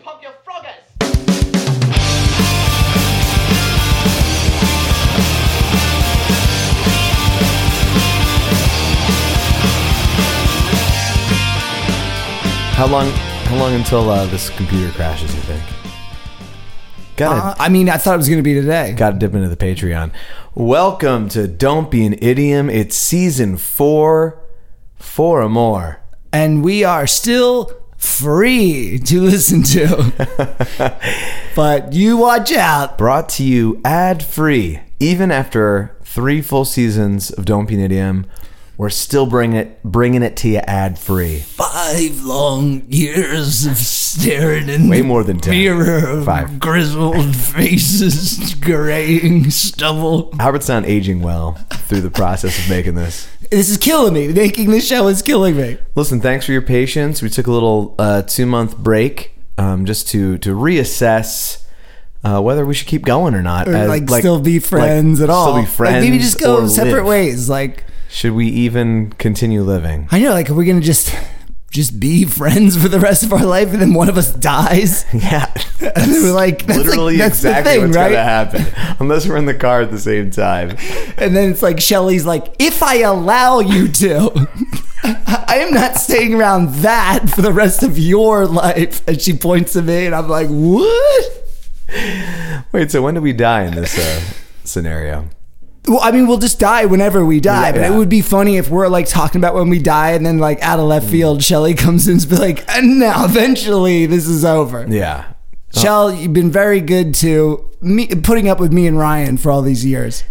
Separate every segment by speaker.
Speaker 1: pump your froggers.
Speaker 2: How long? How long until uh, this computer crashes? You think? Gotta
Speaker 3: Uh, I mean, I thought it was going to be today.
Speaker 2: gotta dip into the Patreon. Welcome to Don't Be an Idiom. It's season four, four or more.
Speaker 3: And we are still free to listen to. but you watch out.
Speaker 2: Brought to you ad free. Even after three full seasons of Don't Be an Idiom, we're still bringing it bringing it to you ad free.
Speaker 3: Five long years of staring in
Speaker 2: Way
Speaker 3: the
Speaker 2: more than ten.
Speaker 3: mirror of
Speaker 2: Five.
Speaker 3: grizzled faces, graying stubble.
Speaker 2: Albert's not aging well through the process of making this.
Speaker 3: This is killing me. Making this show is killing me.
Speaker 2: Listen, thanks for your patience. We took a little uh, two month break um, just to to reassess uh, whether we should keep going or not.
Speaker 3: Or
Speaker 2: Uh,
Speaker 3: like, still be
Speaker 2: like,
Speaker 3: friends at all.
Speaker 2: Still be friends.
Speaker 3: Like maybe just go
Speaker 2: or
Speaker 3: separate
Speaker 2: live.
Speaker 3: ways. Like
Speaker 2: Should we even continue living?
Speaker 3: I know. Like, are we gonna just just be friends for the rest of our life, and then one of us dies?
Speaker 2: Yeah,
Speaker 3: And they were like, that's
Speaker 2: literally
Speaker 3: like, that's the
Speaker 2: exactly
Speaker 3: thing,
Speaker 2: what's
Speaker 3: right?
Speaker 2: gonna happen, unless we're in the car at the same time.
Speaker 3: And then it's like Shelley's like, if I allow you to, I am not staying around that for the rest of your life. And she points to me, and I'm like, what?
Speaker 2: Wait, so when do we die in this uh, scenario?
Speaker 3: Well, I mean, we'll just die whenever we die, but
Speaker 2: Yeah.
Speaker 3: it would be funny if we're like talking about when we die, and then like out of
Speaker 2: Mm.
Speaker 3: left field, Shelley comes in and be like, and now eventually this is over.
Speaker 2: Yeah,
Speaker 3: Shell, you've been very good to me putting up with me and Ryan for all these years.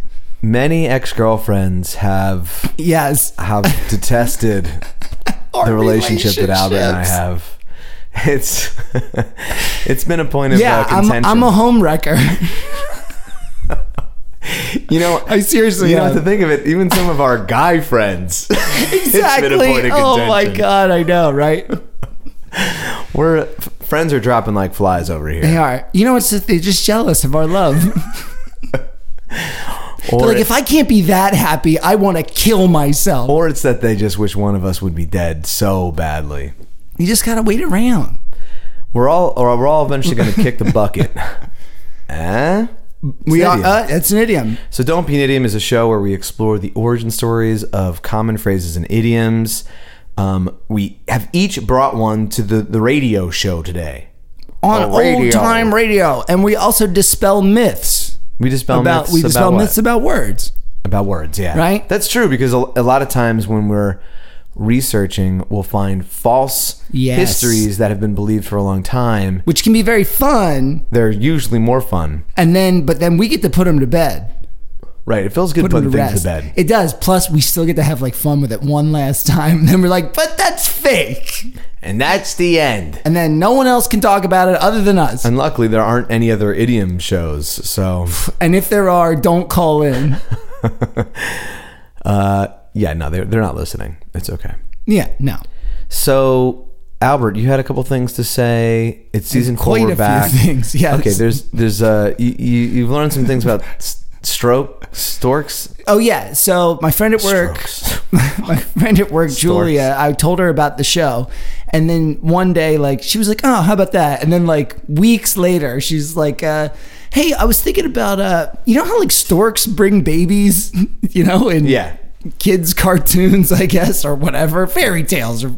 Speaker 2: many ex girlfriends have
Speaker 3: Yes.
Speaker 2: have detested the relationship that Albert and I
Speaker 3: relationships.
Speaker 2: have. It's it's been a point of
Speaker 3: Yeah,
Speaker 2: uh,
Speaker 3: I'm,
Speaker 2: contention.
Speaker 3: I'm a home wrecker.
Speaker 2: you know,
Speaker 3: I seriously
Speaker 2: you know,
Speaker 3: am.
Speaker 2: to think of it, even some of our guy friends,
Speaker 3: exactly. oh my
Speaker 2: contention.
Speaker 3: god, I know, right?
Speaker 2: we're f- friends are dropping like flies over here.
Speaker 3: They are. You know what's the thing? Just jealous of our love.
Speaker 2: Or,
Speaker 3: like if I can't be that happy, I want to kill myself.
Speaker 2: or it's that they just wish one of us would be dead so badly.
Speaker 3: you just gotta wait around.
Speaker 2: We're all, or we're all eventually going to kick the bucket. eh?
Speaker 3: We
Speaker 2: an
Speaker 3: are.
Speaker 2: idiom.
Speaker 3: Uh, it's an idiom.
Speaker 2: So, Don't Be an Idiom is a show where we explore the origin stories of common phrases and idioms. Um, we have each brought one to the, the radio show today.
Speaker 3: on
Speaker 2: Oh, radio.
Speaker 3: old time radio, and we also dispel myths
Speaker 2: We dispel
Speaker 3: about
Speaker 2: myths
Speaker 3: we dispel
Speaker 2: about what?
Speaker 3: myths about words.
Speaker 2: about words, yeah.
Speaker 3: Right?
Speaker 2: That's true because a, a lot of times when we're researching, we'll find false
Speaker 3: Yes.
Speaker 2: histories that have been believed for a long time.
Speaker 3: Which can be very fun,
Speaker 2: They're usually more fun.
Speaker 3: and then but then we get to put them to bed,
Speaker 2: Right. It feels good
Speaker 3: put 'em
Speaker 2: putting
Speaker 3: to
Speaker 2: things
Speaker 3: rest.
Speaker 2: to bed.
Speaker 3: It does. Plus, we still get to have like fun with it one last time. And then we're like, but that's fake.
Speaker 2: And that's the end.
Speaker 3: and then no one else can talk about it other than us.
Speaker 2: And luckily, there aren't any other idiom shows. So,
Speaker 3: And if there are, don't call in.
Speaker 2: uh, yeah, no, they're, they're not listening. It's okay.
Speaker 3: Yeah, no.
Speaker 2: So, Albert, you had a couple things to say. It's season four.
Speaker 3: Quite
Speaker 2: We're
Speaker 3: a
Speaker 2: back.
Speaker 3: few things. Yes.
Speaker 2: Okay. There's there's uh you, you you've learned some things about s- stroke storks.
Speaker 3: Oh yeah. So my friend at work,
Speaker 2: Strokes.
Speaker 3: my friend at work, Julia. I told her about the show, and then one day, like, she was like, "Oh, how about that?" And then like weeks later, she's like, uh, "Hey, I was thinking about uh, you know how like storks bring babies, you know, and
Speaker 2: Yeah.
Speaker 3: kids cartoons, I guess, or whatever, fairy tales, or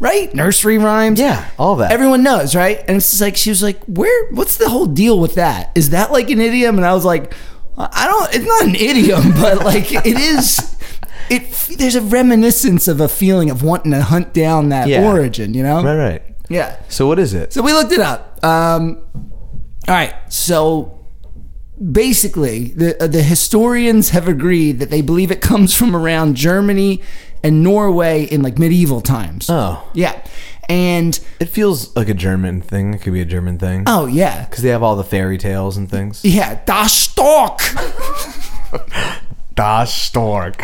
Speaker 3: right, nursery rhymes,
Speaker 2: Yeah, all that.
Speaker 3: Everyone knows, right? And it's just like she was like, "Where? What's the whole deal with that? Is that like an idiom?" And I was like, "I don't. It's not an idiom, but like it is. It there's a reminiscence of a feeling of wanting to hunt down that
Speaker 2: Yeah.
Speaker 3: origin, you know?
Speaker 2: Right. Right.
Speaker 3: Yeah.
Speaker 2: So what is it?
Speaker 3: So we looked it up. Um, all right. So basically, the uh, the historians have agreed that they believe it comes from around Germany and Norway in like medieval times.
Speaker 2: Oh,
Speaker 3: Yeah. And
Speaker 2: it feels like a German thing. It could be a German thing
Speaker 3: oh yeah,
Speaker 2: because they have all the fairy tales and things.
Speaker 3: yeah, das Stork.
Speaker 2: Das Stork.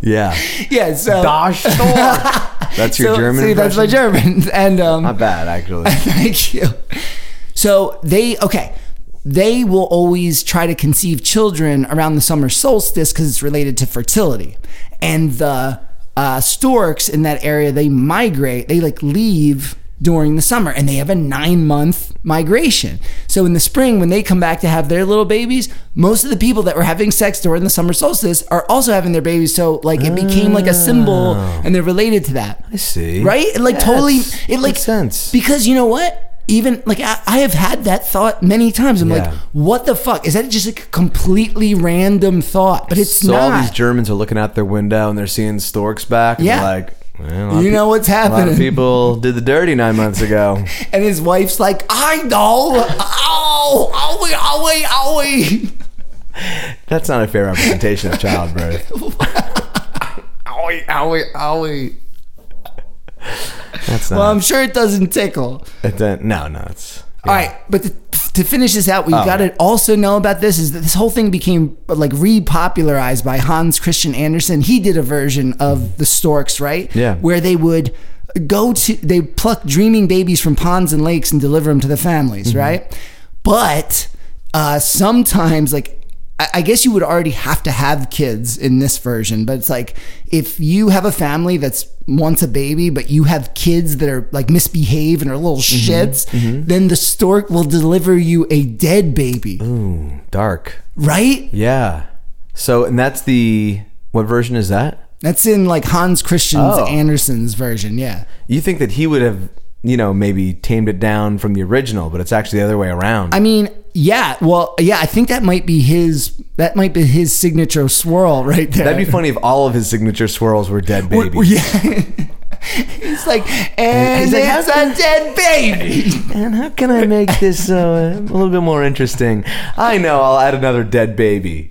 Speaker 2: yeah.
Speaker 3: Yeah. So
Speaker 2: Das Stork. that's your
Speaker 3: so-
Speaker 2: German.
Speaker 3: See, that's my
Speaker 2: impression?
Speaker 3: German, and um,
Speaker 2: Not bad actually.
Speaker 3: Thank you. So they okay. They will always try to conceive children around the summer solstice because it's related to fertility, and the uh, storks in that area they migrate. They like leave during the summer and they have a nine month migration. So in the spring, when they come back to have their little babies, most of the people that were having sex during the summer solstice are also having their babies. So like it became like a symbol and they're related to that.
Speaker 2: I see.
Speaker 3: Right? It, like
Speaker 2: Yeah,
Speaker 3: totally
Speaker 2: it's-
Speaker 3: it like
Speaker 2: makes sense.
Speaker 3: Because you know what? Even like I, I have had that thought many times. I'm
Speaker 2: Yeah.
Speaker 3: like, what the fuck? Is that just like a completely random thought? But it's
Speaker 2: so
Speaker 3: not.
Speaker 2: all these Germans are looking out their window and they're seeing storks back. And
Speaker 3: Yeah.
Speaker 2: yeah. Like, well, a lot
Speaker 3: you
Speaker 2: of
Speaker 3: know what's
Speaker 2: peop- a lot
Speaker 3: happening.
Speaker 2: of people did the dirty nine months ago.
Speaker 3: And his wife's like, I know. Oh, oh, we, oh, we, oh, we.
Speaker 2: That's not a fair representation of childbirth. owie, owie, owie. That's not.
Speaker 3: Well, I'm sure it doesn't tickle.
Speaker 2: it don't- no, no, it's. yeah. Oh.
Speaker 3: All right, but to, to finish this out, we you got to also know about this is that this whole thing became uh, like repopularized by Hans Christian Andersen. He did a version of the storks, right?
Speaker 2: Yeah.
Speaker 3: where they would go to they pluck dreaming babies from ponds and lakes and deliver them to the families,
Speaker 2: Mm-hmm.
Speaker 3: right? But uh, sometimes, like I I guess you would already have to have kids in this version, but it's like if you have a family that's wants a baby, but you have kids that are like misbehave and are little
Speaker 2: Mm-hmm.
Speaker 3: shits, then the stork will deliver you a dead baby,
Speaker 2: Ooh, dark.
Speaker 3: right?
Speaker 2: Yeah. So, and that's the. What version is that?
Speaker 3: That's in like Hans Christian
Speaker 2: Oh.
Speaker 3: Andersen's version, yeah.
Speaker 2: You think that he would have, you know, maybe tamed it down from the original, but it's actually the other way around.
Speaker 3: I mean, yeah, well, yeah, I think that might be his that might be his signature swirl right there.
Speaker 2: That'd be funny if all of his signature swirls were dead
Speaker 3: Or-
Speaker 2: babies.
Speaker 3: or- Yeah. It's like, and
Speaker 2: he's like,
Speaker 3: it's
Speaker 2: "How's
Speaker 3: a dead baby.
Speaker 2: And how can I make this uh, a little bit more interesting? I know, I'll add another dead baby.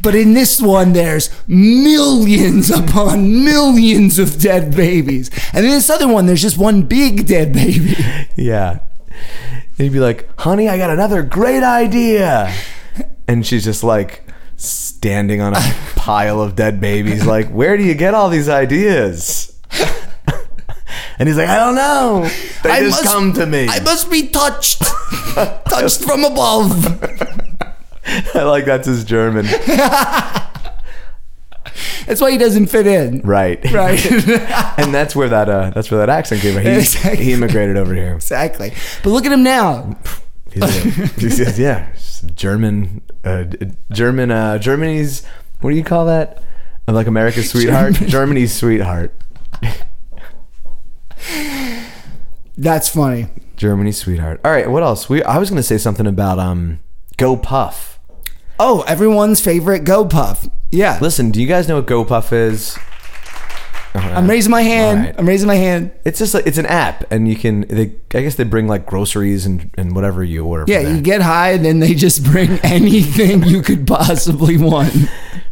Speaker 3: But in this one, there's millions upon millions of dead babies. And in this other one, there's just one big dead baby.
Speaker 2: Yeah. And he'd be like, honey, I got another great idea. And she's just like standing on a pile of dead babies, like, where do you get all these ideas? and he's like, I don't know. They
Speaker 3: I
Speaker 2: just
Speaker 3: must-
Speaker 2: come to me.
Speaker 3: I must be touched, touched from above.
Speaker 2: I like that's his German.
Speaker 3: That's why he doesn't fit in.
Speaker 2: Right.
Speaker 3: Right.
Speaker 2: and that's where that uh, that's where that accent came from. He,
Speaker 3: Exactly.
Speaker 2: he immigrated over here.
Speaker 3: exactly. But look at him now.
Speaker 2: He's a, he's a- yeah, just a German, uh, German, uh, Germany's. What do you call that? Uh, Like America's sweetheart, Germany's sweetheart,
Speaker 3: That's funny.
Speaker 2: Germany's sweetheart. All right, what else? We I was gonna say something about um, Go Puff.
Speaker 3: Oh, everyone's favorite Go Puff. Yeah.
Speaker 2: Listen, do you guys know what Go Puff is? Oh,
Speaker 3: I'm raising Um, my hand.
Speaker 2: All right.
Speaker 3: I'm raising my hand.
Speaker 2: It's just like it's an app, and you can. They, I guess they bring like groceries and and whatever you order.
Speaker 3: Yeah,
Speaker 2: from there.
Speaker 3: you get high, and then they just bring anything you could possibly want.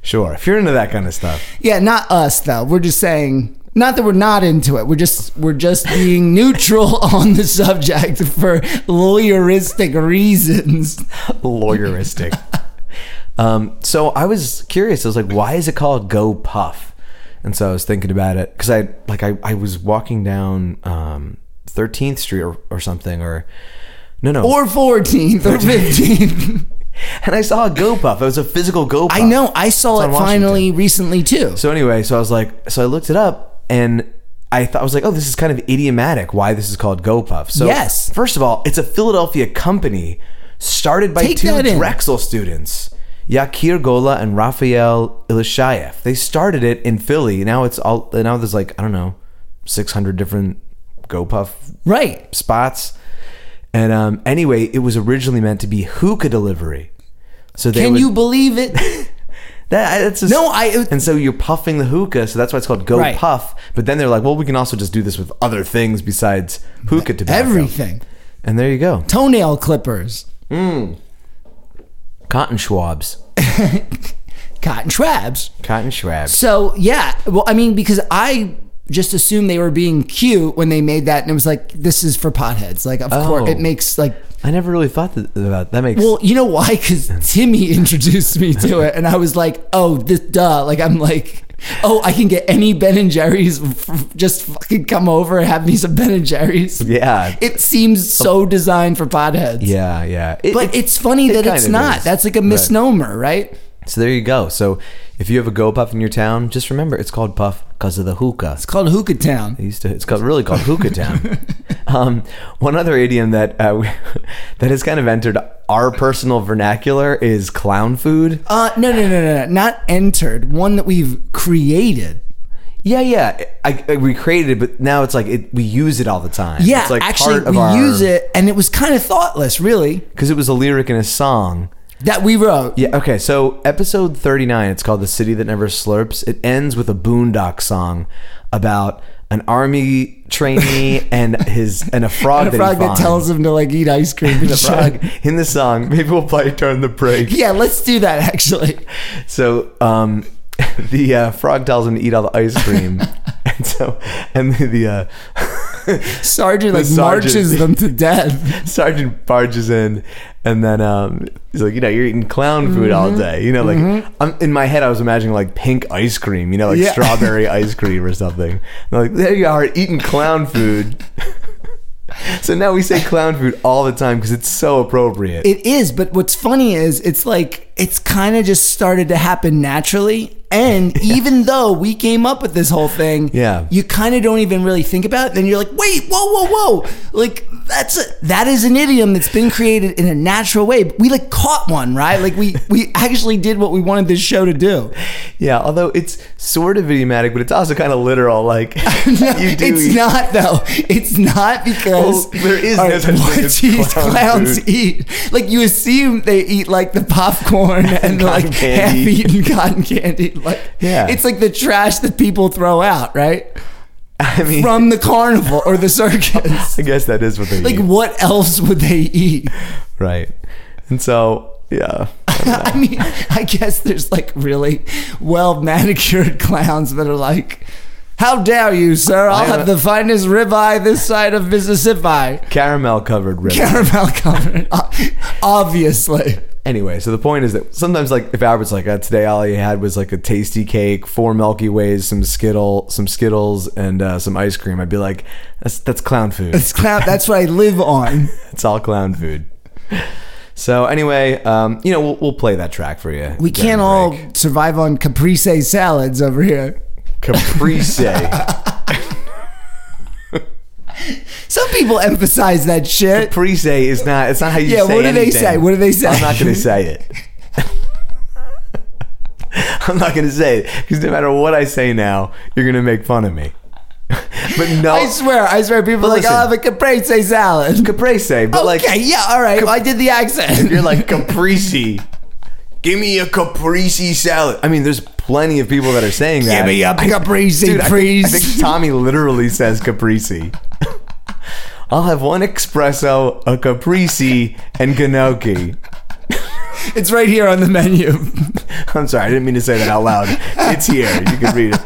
Speaker 2: sure. If you're into that kind of stuff,
Speaker 3: Yeah, not us though. We're just saying, not that we're not into it. We're just we're just being neutral on the subject for lawyeristic reasons.
Speaker 2: lawyeristic. um, so I was curious. I was like, why is it called Go Puff? And so I was thinking about it because I like I, I was walking down um, 13th Street or, or something or no no
Speaker 3: Or 14th or 15th.
Speaker 2: and I saw a Go Puff. It was a physical Go Puff.
Speaker 3: I know. I saw
Speaker 2: It's
Speaker 3: it
Speaker 2: on Washington.
Speaker 3: finally recently too.
Speaker 2: So anyway, so I was like, so I looked it up and. I thought I was like, oh, this is kind of idiomatic. Why this is called Go Puff? So
Speaker 3: Yes.
Speaker 2: first of all, it's a Philadelphia company started by
Speaker 3: Take
Speaker 2: two
Speaker 3: that in.
Speaker 2: Drexel students, Yakir Gola and Rafael Ilishayev. They started it in Philly. Now it's all now there's like I don't know, six hundred different Go Puff
Speaker 3: Right.
Speaker 2: spots. And um, anyway, it was originally meant to be hookah delivery. So they
Speaker 3: Can
Speaker 2: would-
Speaker 3: you believe it?
Speaker 2: that, that's just,
Speaker 3: No, I- it-
Speaker 2: and so you're puffing the hookah, so that's why it's called Go
Speaker 3: Right.
Speaker 2: Puff. But then they're like, well, we can also just do this with other things besides hookah tobacco.
Speaker 3: Everything.
Speaker 2: And there you go,
Speaker 3: Toenail clippers.
Speaker 2: cotton Schwabs,
Speaker 3: Cotton Schwabs.
Speaker 2: cotton Schwabs.
Speaker 3: So yeah, well, I mean, because I just assumed they were being cute when they made that, and it was like, this is for potheads. Like, of course,
Speaker 2: Oh.
Speaker 3: it makes like,
Speaker 2: I never really thought that about that. Makes
Speaker 3: well, you know why? Because Timmy introduced me to it, and I was like, oh, this duh. Like, I'm like. Oh, I can get any Ben and Jerry's. f- f- Just fucking come over and have me some Ben and Jerry's.
Speaker 2: yeah,
Speaker 3: It seems so designed for potheads.
Speaker 2: yeah, yeah. It-
Speaker 3: but
Speaker 2: it-
Speaker 3: it's funny
Speaker 2: it
Speaker 3: that
Speaker 2: kind
Speaker 3: it's
Speaker 2: of
Speaker 3: not.
Speaker 2: is.
Speaker 3: That's like a
Speaker 2: Right.
Speaker 3: misnomer, right?
Speaker 2: So there you go. So If you have a go puff in your town, just remember it's called puff because of the hookah.
Speaker 3: It's called Hookah Town.
Speaker 2: They used to. It's called really called hookah town. um, one other idiom that uh, we, that has kind of entered our personal vernacular is clown food.
Speaker 3: Uh, no, no, no, no, no, not entered. One that we've created.
Speaker 2: Yeah, yeah. I, I, we created it, but now it's like it, we use it all the time.
Speaker 3: Yeah,
Speaker 2: it's like
Speaker 3: actually, we use it, and it was kind of thoughtless, really,
Speaker 2: because it was a lyric in a song.
Speaker 3: that we wrote.
Speaker 2: Yeah. Okay. So episode thirty nine. It's called "The City That Never Slurps." It ends with a boondock song about an army trainee and his and a frog,
Speaker 3: a frog
Speaker 2: that, he
Speaker 3: that
Speaker 2: finds.
Speaker 3: tells him to like eat ice cream and
Speaker 2: the
Speaker 3: shit.
Speaker 2: frog in the song. Maybe we'll play during the break.
Speaker 3: Yeah, let's do that actually.
Speaker 2: So um, the uh, frog tells him to eat all the ice cream, and so and the, the uh,
Speaker 3: Sergeant like
Speaker 2: sergeant.
Speaker 3: marches them to death.
Speaker 2: sergeant barges in, and then um, he's like, you know, you're eating clown food
Speaker 3: Mm-hmm.
Speaker 2: all day. You know, like I'm, in my head, I was imagining like pink ice cream, you know, like
Speaker 3: Yeah.
Speaker 2: strawberry ice cream or something. And I'm like there you are eating clown food. so now we say clown food all the time because it's so appropriate.
Speaker 3: It is, but what's funny is it's like it's kind of just started to happen naturally. And even though we came up with this whole thing,
Speaker 2: Yeah.
Speaker 3: you kind of don't even really think about it. Then you're like, wait, whoa, whoa, whoa! Like that's a, that is an idiom that's been created in a natural way. We like caught one, right? Like we we actually did what we wanted this show to do.
Speaker 2: yeah, although it's sort of idiomatic, but it's also kind of literal. Like
Speaker 3: No,
Speaker 2: you do
Speaker 3: it's
Speaker 2: eat
Speaker 3: not though. It's not because
Speaker 2: Well, there is
Speaker 3: All
Speaker 2: no such thing
Speaker 3: what
Speaker 2: as
Speaker 3: these
Speaker 2: clown
Speaker 3: clowns
Speaker 2: food.
Speaker 3: eat. Like you assume they eat like the popcorn and the, like
Speaker 2: Cotton candy.
Speaker 3: half-eaten cotton candy. Like
Speaker 2: Yeah.
Speaker 3: it's like the trash that people throw out, right?
Speaker 2: I mean,
Speaker 3: From the carnival or the circus.
Speaker 2: I guess that is what they
Speaker 3: Like
Speaker 2: eat.
Speaker 3: what else would they eat?
Speaker 2: right? And so, yeah,
Speaker 3: I mean, I guess there's like really well manicured clowns that are like, "How dare you, sir? I'll
Speaker 2: I am
Speaker 3: have
Speaker 2: a-
Speaker 3: the finest ribeye this side of Mississippi."
Speaker 2: caramel covered ribs.
Speaker 3: caramel covered, o- Uh, obviously.
Speaker 2: anyway, so the point is that sometimes, like, if Albert's like, uh, today all he had was like a tasty cake, four Milky Ways, some Skittle, some Skittles, and uh, some ice cream, I'd be like, that's that's clown food.
Speaker 3: It's clown. That's what I live on.
Speaker 2: it's all clown food. So anyway, um, you know, we'll, we'll play that track for you.
Speaker 3: We can't all survive on caprese salads over here.
Speaker 2: caprese.
Speaker 3: Some people emphasize that shit.
Speaker 2: caprese is not. It's not how you.
Speaker 3: Yeah,
Speaker 2: say
Speaker 3: what do they
Speaker 2: anything.
Speaker 3: say? What do they say?
Speaker 2: I'm not going to say it. I'm not going to say it because no matter what I say now, you're going to make fun of me. but no,
Speaker 3: I swear, I swear, people are like,
Speaker 2: listen.
Speaker 3: I'll have a caprese salad.
Speaker 2: caprese. But like,
Speaker 3: okay, yeah, all right. well, I did the accent.
Speaker 2: you're like caprese. Give me a caprese salad. I mean, there's plenty of people that are saying that.
Speaker 3: Give me a caprese,
Speaker 2: Dude, I think-
Speaker 3: please.
Speaker 2: I think, Tommy literally says caprese. I'll have one espresso, a caprese, and gnocchi.
Speaker 3: it's right here on the menu.
Speaker 2: I'm sorry, I didn't mean to say that out loud. It's here. You can read it.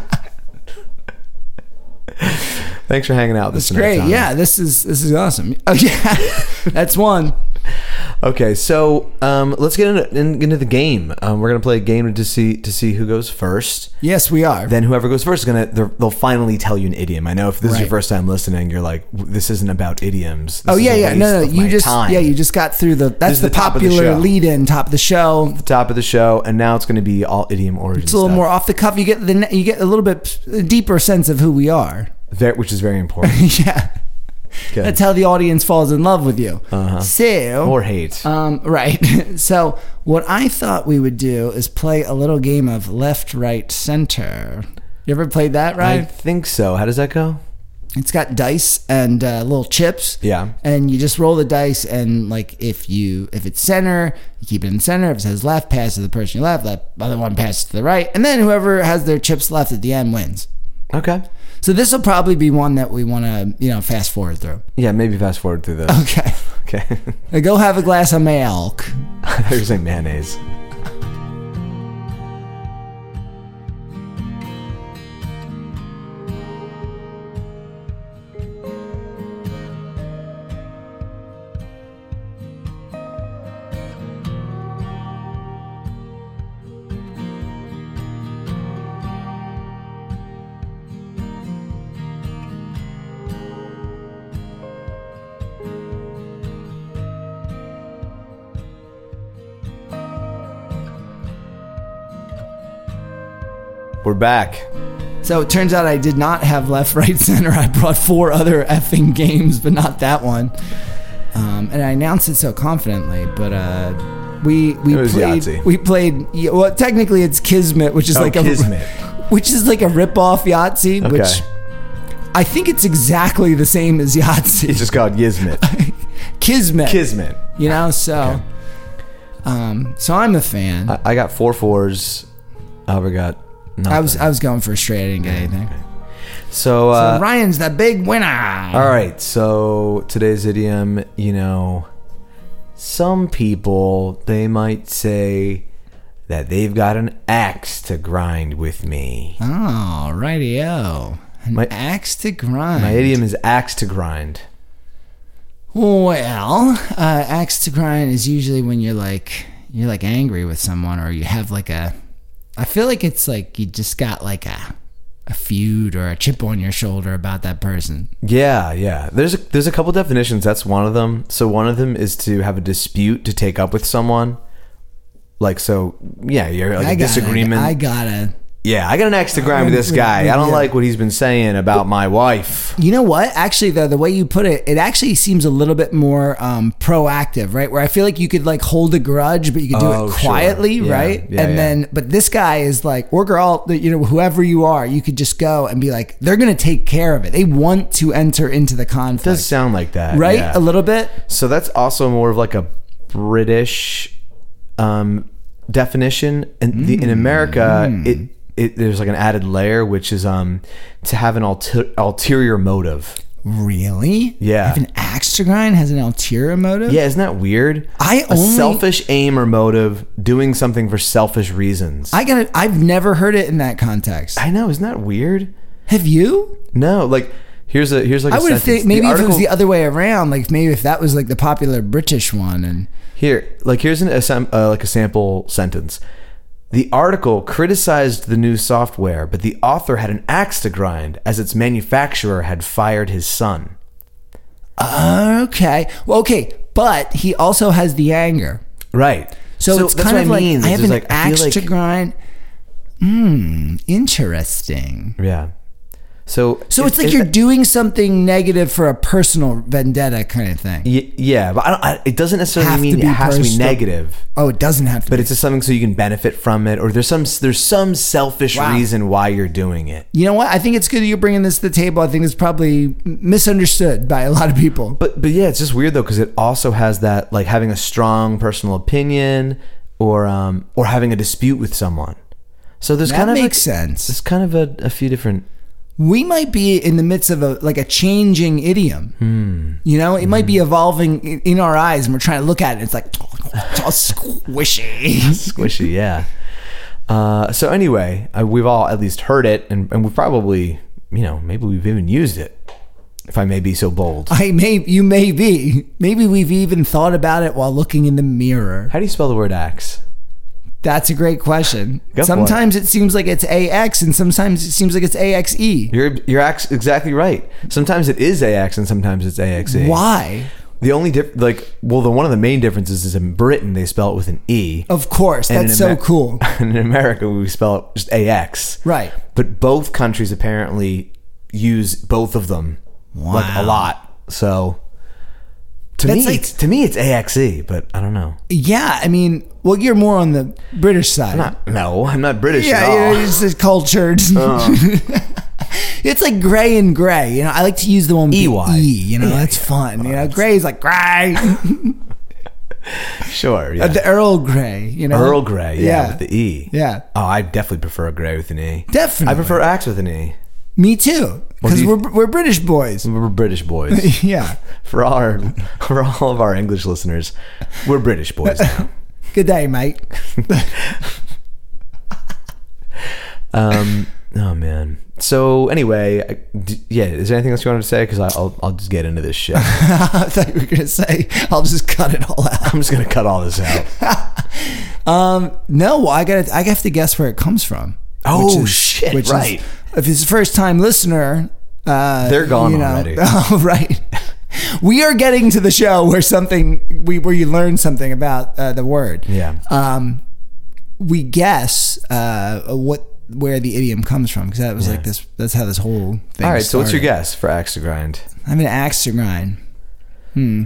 Speaker 2: Thanks for hanging out. This
Speaker 3: Great.
Speaker 2: Time.
Speaker 3: Yeah, this is this is awesome. Oh yeah, that's one.
Speaker 2: Okay, so um, let's get into, in, into the game. Um, we're gonna play a game to see to see who goes first.
Speaker 3: Yes, we are.
Speaker 2: Then whoever goes first is gonna they're- they'll finally tell you an idiom. I know if this is your
Speaker 3: Right.
Speaker 2: first time listening, you're like, this isn't about idioms. This
Speaker 3: Oh
Speaker 2: is
Speaker 3: yeah,
Speaker 2: a
Speaker 3: yeah, no, no,
Speaker 2: waste of
Speaker 3: you
Speaker 2: my
Speaker 3: just
Speaker 2: time."
Speaker 3: yeah, you just got through the that's
Speaker 2: is
Speaker 3: the,
Speaker 2: the top of the
Speaker 3: popular
Speaker 2: show.
Speaker 3: lead-in, top of the show.
Speaker 2: top of the show, and now it's gonna be all idiom origin.
Speaker 3: It's a little
Speaker 2: stuff,
Speaker 3: more off the cuff. You get the ne- you get a little bit deeper sense of who we are.
Speaker 2: ve- which is very important.
Speaker 3: yeah,
Speaker 2: Okay.
Speaker 3: that's how the audience falls in love with you. Uh-huh. So,
Speaker 2: or hate.
Speaker 3: um, right. so, what I thought we would do is play a little game of left, right, center. You ever played that?
Speaker 2: I
Speaker 3: Right.
Speaker 2: think so. How does that go?
Speaker 3: It's got dice and uh, little chips.
Speaker 2: Yeah.
Speaker 3: And you just roll the dice, and like if you if it's center, you keep it in center. If it says left, pass to the person you left. Left, other one passes to the right, and then whoever has their chips left at the end wins.
Speaker 2: Okay.
Speaker 3: So this will probably be one that we want to you know fast forward through.
Speaker 2: Yeah, maybe fast forward through this.
Speaker 3: Okay.
Speaker 2: Okay.
Speaker 3: Now go have a glass of my elk.
Speaker 2: They're saying mayonnaise. We're back.
Speaker 3: So it turns out I did not have left, right, center. I brought four other effing games, but not that one. Um, and I announced it so confidently, but uh, we we
Speaker 2: It was
Speaker 3: played
Speaker 2: Yahtzee.
Speaker 3: we played yeah, well technically it's Kismet, which is
Speaker 2: Oh,
Speaker 3: like
Speaker 2: Kismet.
Speaker 3: a which is like a rip off Yahtzee,
Speaker 2: Okay.
Speaker 3: which I think it's exactly the same as
Speaker 2: It's
Speaker 3: Yahtzee.
Speaker 2: just called Yismet.
Speaker 3: Kismet,
Speaker 2: Kismet.
Speaker 3: you know. So, um, so I'm a fan. I,
Speaker 2: I, I got four fours. Albert got. nothing.
Speaker 3: was I was going for a straight. I didn't get anything.
Speaker 2: so.
Speaker 3: So
Speaker 2: Uh,
Speaker 3: Ryan's the big winner.
Speaker 2: all right. So today's idiom, you know, some people they might say that they've got an axe to grind with me.
Speaker 3: Oh, rightio. An
Speaker 2: My-
Speaker 3: axe to grind.
Speaker 2: My idiom is axe to grind.
Speaker 3: Well, uh, axe to grind is usually when you're like you're like angry with someone or you have like a. I feel like it's like you just got like a a feud or a chip on your shoulder about that person.
Speaker 2: Yeah, yeah. There's a, there's a couple definitions. That's one of them. So one of them is to have a dispute to take up with someone. Like so, yeah. You're like a
Speaker 3: I got
Speaker 2: disagreement.
Speaker 3: I gotta.
Speaker 2: yeah, I got an axe to grind with this guy. I don't like what he's been saying about my wife.
Speaker 3: You know what? Actually, though, the way you put it, it actually seems a little bit more um, proactive, right? Where I feel like you could like hold a grudge, but you could do
Speaker 2: Oh,
Speaker 3: it
Speaker 2: sure.
Speaker 3: quietly,
Speaker 2: Yeah.
Speaker 3: right?
Speaker 2: Yeah,
Speaker 3: and
Speaker 2: yeah.
Speaker 3: then, but this guy is like, or girl, the- you know, whoever you are, you could just go and be like, they're going to take care of it. They want to enter into the conflict,
Speaker 2: Does sound like that,
Speaker 3: right?
Speaker 2: yeah.
Speaker 3: A little bit.
Speaker 2: So that's also more of like a British um, definition, and the, in America,
Speaker 3: Mm.
Speaker 2: it, it there's like an added layer, which is um, to have an alter, ulterior motive.
Speaker 3: Really?
Speaker 2: Yeah.
Speaker 3: If an axe to grind has an ulterior motive?
Speaker 2: Yeah, isn't that weird?
Speaker 3: I
Speaker 2: a
Speaker 3: only-
Speaker 2: selfish aim or motive, doing something for selfish reasons.
Speaker 3: I got it. I've never heard it in that context.
Speaker 2: I know, isn't that weird?
Speaker 3: Have you?
Speaker 2: No, like here's a here's like
Speaker 3: I
Speaker 2: a
Speaker 3: would have
Speaker 2: sentence.
Speaker 3: think maybe if it was
Speaker 2: article-
Speaker 3: the other way around, like maybe if that was like the popular British one, and
Speaker 2: Here, like here's an a sam- uh, like a sample sentence. The article criticized the new software, but the author had an axe to grind as its manufacturer had fired his son.
Speaker 3: uh, okay, well, okay, but he also has the anger,
Speaker 2: Right.
Speaker 3: so, it's
Speaker 2: that's
Speaker 3: kind
Speaker 2: what
Speaker 3: of like
Speaker 2: mean.
Speaker 3: I
Speaker 2: It's
Speaker 3: have an
Speaker 2: just like, I feel
Speaker 3: axe to
Speaker 2: like-
Speaker 3: grind. Hmm, interesting.
Speaker 2: Yeah. So
Speaker 3: So it's like
Speaker 2: it-
Speaker 3: you're doing something negative for a personal vendetta kind of thing.
Speaker 2: y- yeah, but I don't, I, it doesn't necessarily
Speaker 3: Have to
Speaker 2: mean it
Speaker 3: be
Speaker 2: has to be
Speaker 3: personal.
Speaker 2: negative.
Speaker 3: Oh, it doesn't have to.
Speaker 2: But
Speaker 3: be.
Speaker 2: it's just something so you can benefit from it, or there's some there's some selfish
Speaker 3: Wow.
Speaker 2: reason why you're doing it.
Speaker 3: you know what? I think it's good that you're bringing this to the table. I think it's probably misunderstood by a lot of people.
Speaker 2: But but yeah, it's just weird though because it also has that like having a strong personal opinion or um or having a dispute with someone. So there's
Speaker 3: that
Speaker 2: kind of
Speaker 3: makes
Speaker 2: like,
Speaker 3: sense.
Speaker 2: there's kind of a, a few different.
Speaker 3: we might be in the midst of a like a changing idiom.
Speaker 2: Hmm.
Speaker 3: You know, it might be evolving in, in our eyes, and we're trying to look at it. It's like it's all squishy.
Speaker 2: squishy. Yeah. Uh, so anyway, uh, we've all at least heard it, and, and we've probably, you know, maybe we've even used it, if I may be so bold.
Speaker 3: I may, you may be. Maybe we've even thought about it while looking in the mirror.
Speaker 2: How do you spell the word axe?
Speaker 3: That's a great question.
Speaker 2: Go for it.
Speaker 3: sometimes it. seems like it's AX, and sometimes it seems like it's E. AXE.
Speaker 2: You're you're ax- exactly right. Sometimes it is ax, and sometimes it's axe.
Speaker 3: Why?
Speaker 2: The only diff- like, well, the one of the main differences is in Britain they spell it with an e.
Speaker 3: Of course,
Speaker 2: and
Speaker 3: that's
Speaker 2: in
Speaker 3: so
Speaker 2: Amer-
Speaker 3: cool.
Speaker 2: And in America, we spell it just ax.
Speaker 3: Right.
Speaker 2: But both countries apparently use both of them like a
Speaker 3: Wow.
Speaker 2: lot. So to
Speaker 3: That's
Speaker 2: me,
Speaker 3: like-
Speaker 2: it's, to me, it's axe. But I don't know.
Speaker 3: Yeah, I mean, well, you're more on the British side.
Speaker 2: Not, no, I'm not British at
Speaker 3: Yeah,
Speaker 2: all.
Speaker 3: you know, it's just cultured.
Speaker 2: Uh.
Speaker 3: it's like gray and gray. You know, I like to use the one with the
Speaker 2: EY.
Speaker 3: E. You know, that's fun. You know, gray is like gray.
Speaker 2: Sure. Yeah.
Speaker 3: Uh, the Earl Grey. You know,
Speaker 2: Earl Grey. Yeah,
Speaker 3: Yeah.
Speaker 2: With the e.
Speaker 3: Yeah.
Speaker 2: Oh, I definitely prefer a gray with an e.
Speaker 3: Definitely.
Speaker 2: I prefer axe with an e.
Speaker 3: Me too. Because
Speaker 2: you- Mm.
Speaker 3: we're we're British boys.
Speaker 2: We're British boys.
Speaker 3: yeah.
Speaker 2: for our for all of our English listeners, we're British boys now.
Speaker 3: Good day, mate.
Speaker 2: Um, oh man. So anyway, I- d- yeah. Is there anything else you wanted to say? Because I'll I'll just get into this shit. I'm
Speaker 3: I thought you were gonna say I'll just cut it all out.
Speaker 2: just gonna cut all this out.
Speaker 3: Um, no, well, I got I have to guess where it comes from.
Speaker 2: Oh, shit,
Speaker 3: is-
Speaker 2: right.
Speaker 3: if it's a first time listener, uh,
Speaker 2: They're gone already.
Speaker 3: Oh, right. We are getting to the show where something we where you learn something about uh, the word.
Speaker 2: Yeah.
Speaker 3: Um, we guess uh, what where the idiom comes from because that was like this. That's how this whole thing.
Speaker 2: All right, so what's your
Speaker 3: started.
Speaker 2: guess for axe to grind?
Speaker 3: I'm an axe to grind. Hmm.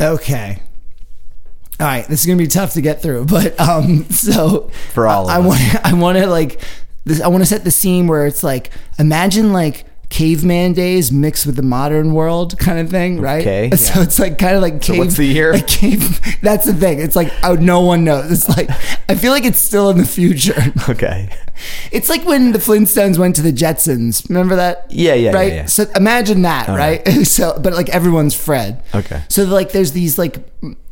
Speaker 3: Okay. All right, this is gonna be tough to get through, but um, so
Speaker 2: For all of
Speaker 3: I, I
Speaker 2: us.
Speaker 3: want I want to like this. I want to set the scene where it's like imagine like caveman days mixed with the modern world kind of thing, right?
Speaker 2: Okay.
Speaker 3: So it's like kind of like cave.
Speaker 2: what's the year?
Speaker 3: like cave- that's the thing. It's like oh, no one knows. It's like I feel like it's still in the future.
Speaker 2: Okay.
Speaker 3: It's like when the Flintstones went to the Jetsons. Remember that?
Speaker 2: Yeah, yeah, yeah,
Speaker 3: right.
Speaker 2: yeah.
Speaker 3: So imagine that, right? so, but like everyone's Fred.
Speaker 2: Okay.
Speaker 3: So like, there's these like,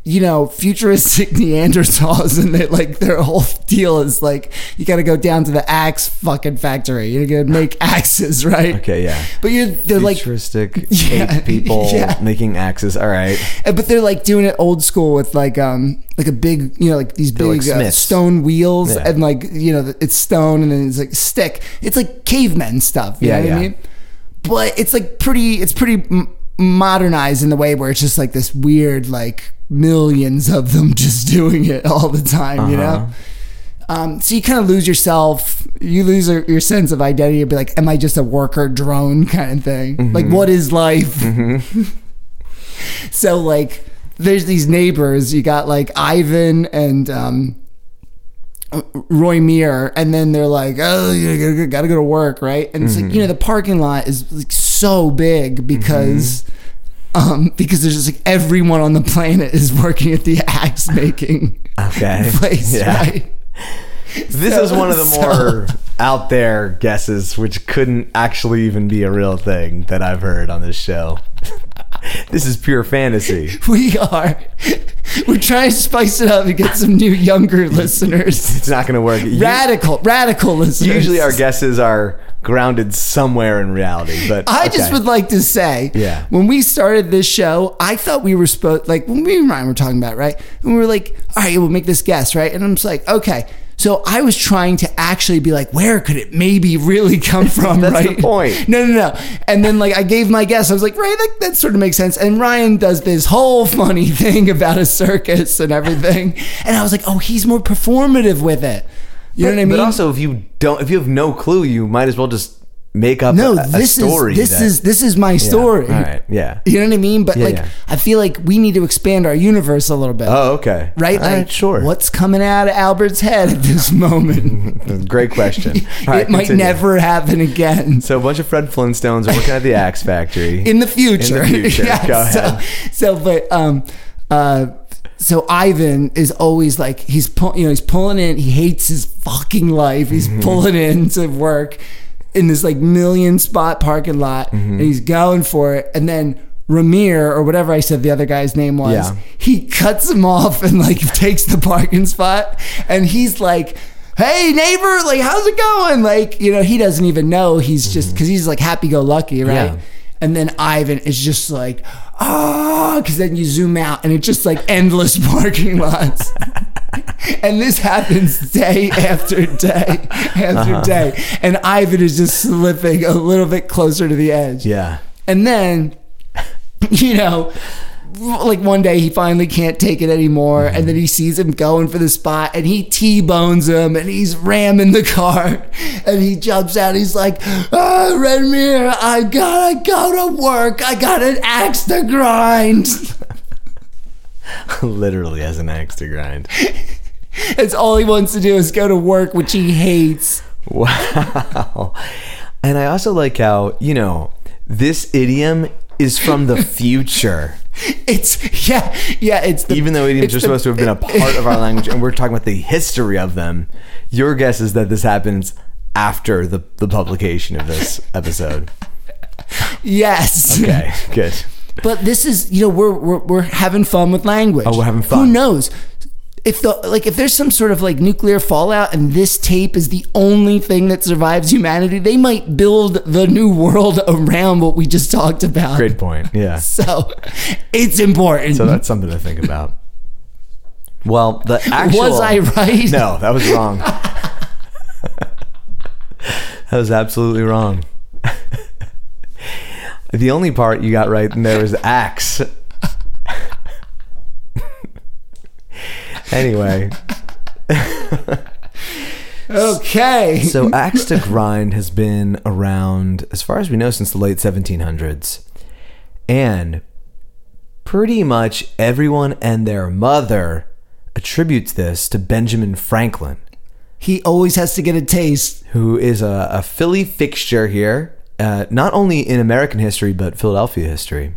Speaker 3: you know, futuristic Neanderthals, and they like their whole deal is like, you got to go down to the axe fucking factory. You're gonna make axes, right?
Speaker 2: Okay, yeah.
Speaker 3: But you're they're like
Speaker 2: Futuristic
Speaker 3: Yeah,
Speaker 2: ape people
Speaker 3: yeah.
Speaker 2: making axes. All right.
Speaker 3: Uh, but they're like doing it old school with like um like a big you know like these
Speaker 2: They're like
Speaker 3: big uh,
Speaker 2: Smiths.
Speaker 3: stone wheels
Speaker 2: Yeah.
Speaker 3: and like you know th- it's stone and then it's like stick it's like cavemen stuff you
Speaker 2: Yeah,
Speaker 3: know what
Speaker 2: yeah.
Speaker 3: i mean but it's like pretty it's pretty m- modernized in the way where it's just like this weird like millions of them just doing it all the time you
Speaker 2: Uh-huh.
Speaker 3: know um, so you kind of lose yourself. You lose your, your sense of identity. You'll be like, "Am I just a worker drone?" kind of thing. Like, what is life? so like, there's these neighbors. You got like Ivan and um, Roy Meir, and then they're like, "Oh, you gotta, gotta go to work, right?" And it's like, you know, the parking lot is like so big because. Um, because there's just like everyone on the planet is working at the axe making
Speaker 2: Uh-huh. Okay.
Speaker 3: place,
Speaker 2: Yeah.
Speaker 3: right?
Speaker 2: This
Speaker 3: So-
Speaker 2: is one of the
Speaker 3: so-
Speaker 2: more out there guesses, which couldn't actually even be a real thing that I've heard on this show. this is pure fantasy.
Speaker 3: We are. We're trying to spice it up and get some new younger listeners.
Speaker 2: It's not going to work. U-
Speaker 3: Radical, radical listeners.
Speaker 2: Usually, our guesses are grounded somewhere in reality, but
Speaker 3: I just
Speaker 2: okay.
Speaker 3: would like to say,
Speaker 2: Yeah.
Speaker 3: when we started this show, I thought we were supposed, like, when me and Ryan were talking about, it, right? And we were like, all right, we'll make this guess, right? And I'm just like, okay. So I was trying to actually be like, where could it maybe really come from,
Speaker 2: That's the
Speaker 3: right?
Speaker 2: point.
Speaker 3: No, no, no. And then, like, I gave my guess. I was like, right, that, that sort of makes sense. And Ryan does this whole funny thing about a circus and everything. And I was like, oh, he's more performative with it. You know what I mean?
Speaker 2: But also, if you don't, if you have no clue, you might as well just make up
Speaker 3: no,
Speaker 2: a, a
Speaker 3: this
Speaker 2: story.
Speaker 3: is this
Speaker 2: that-
Speaker 3: is this is my
Speaker 2: Yeah.
Speaker 3: story.
Speaker 2: All right. Yeah.
Speaker 3: You know what I mean? But
Speaker 2: Yeah,
Speaker 3: like,
Speaker 2: yeah.
Speaker 3: I feel like we need to expand our universe a little bit,
Speaker 2: Oh, okay.
Speaker 3: right?
Speaker 2: All
Speaker 3: Like,
Speaker 2: sure.
Speaker 3: What's coming out of Albert's head at this moment?
Speaker 2: Great question.
Speaker 3: it
Speaker 2: All right,
Speaker 3: might
Speaker 2: continue.
Speaker 3: never happen again.
Speaker 2: So a bunch of Fred Flintstones are working at the axe factory.
Speaker 3: in the future.
Speaker 2: In the future. Go ahead.
Speaker 3: So, so but um, uh, so Ivan is always like he's pull, you know he's pulling in. He hates his fucking life. He's
Speaker 2: Mm-hmm.
Speaker 3: pulling in to work in this like million spot parking lot,
Speaker 2: Mm-hmm.
Speaker 3: and he's going for it. And then Ramir or whatever I said the other guy's name was,
Speaker 2: Yeah.
Speaker 3: he cuts him off and like takes the parking spot, and he's like. Hey neighbor, like how's it going? Like you know, he doesn't even know. He's just because he's like happy-go-lucky, right?
Speaker 2: Yeah.
Speaker 3: And then Ivan is just like, ah, because then you zoom out and it's just like endless parking lots. and this happens day after day after day. And Ivan is just slipping a little bit closer to the edge.
Speaker 2: yeah.
Speaker 3: And then, you know, like one day he finally can't take it anymore. And then he sees him going for the spot and he T bones him and he's ramming the car. And he jumps out. He's like, oh, Red Mirror, I gotta go to work. I got an axe to grind.
Speaker 2: Literally as an axe to grind.
Speaker 3: That's all he wants to do is go to work, which he hates.
Speaker 2: Wow. And I also like how, you know, this idiom is from the future.
Speaker 3: It's, yeah, yeah, it's the.
Speaker 2: Even though idioms
Speaker 3: it's
Speaker 2: are
Speaker 3: the-
Speaker 2: supposed to have been a part of our language and we're talking about the history of them, your guess is that this happens after the, the publication of this episode.
Speaker 3: yes.
Speaker 2: Okay, good.
Speaker 3: But this is, you know, we're we're, we're having fun with language.
Speaker 2: Oh, we're having fun.
Speaker 3: Who knows? If the like, if there's some sort of like nuclear fallout, and this tape is the only thing that survives humanity, they might build the new world around what we just talked about.
Speaker 2: Great point. Yeah.
Speaker 3: So, it's important.
Speaker 2: So that's something to think about. Well, the actual
Speaker 3: Was I right?
Speaker 2: No, that was wrong. that was absolutely wrong. the only part you got right in there was axe. Anyway,
Speaker 3: Okay.
Speaker 2: so axe to grind has been around, as far as we know, since the late 1700s. And pretty much everyone and their mother attributes this to Benjamin Franklin.
Speaker 3: he always has to get a taste.
Speaker 2: who is a, a Philly fixture here, uh, not only in American history, but Philadelphia history.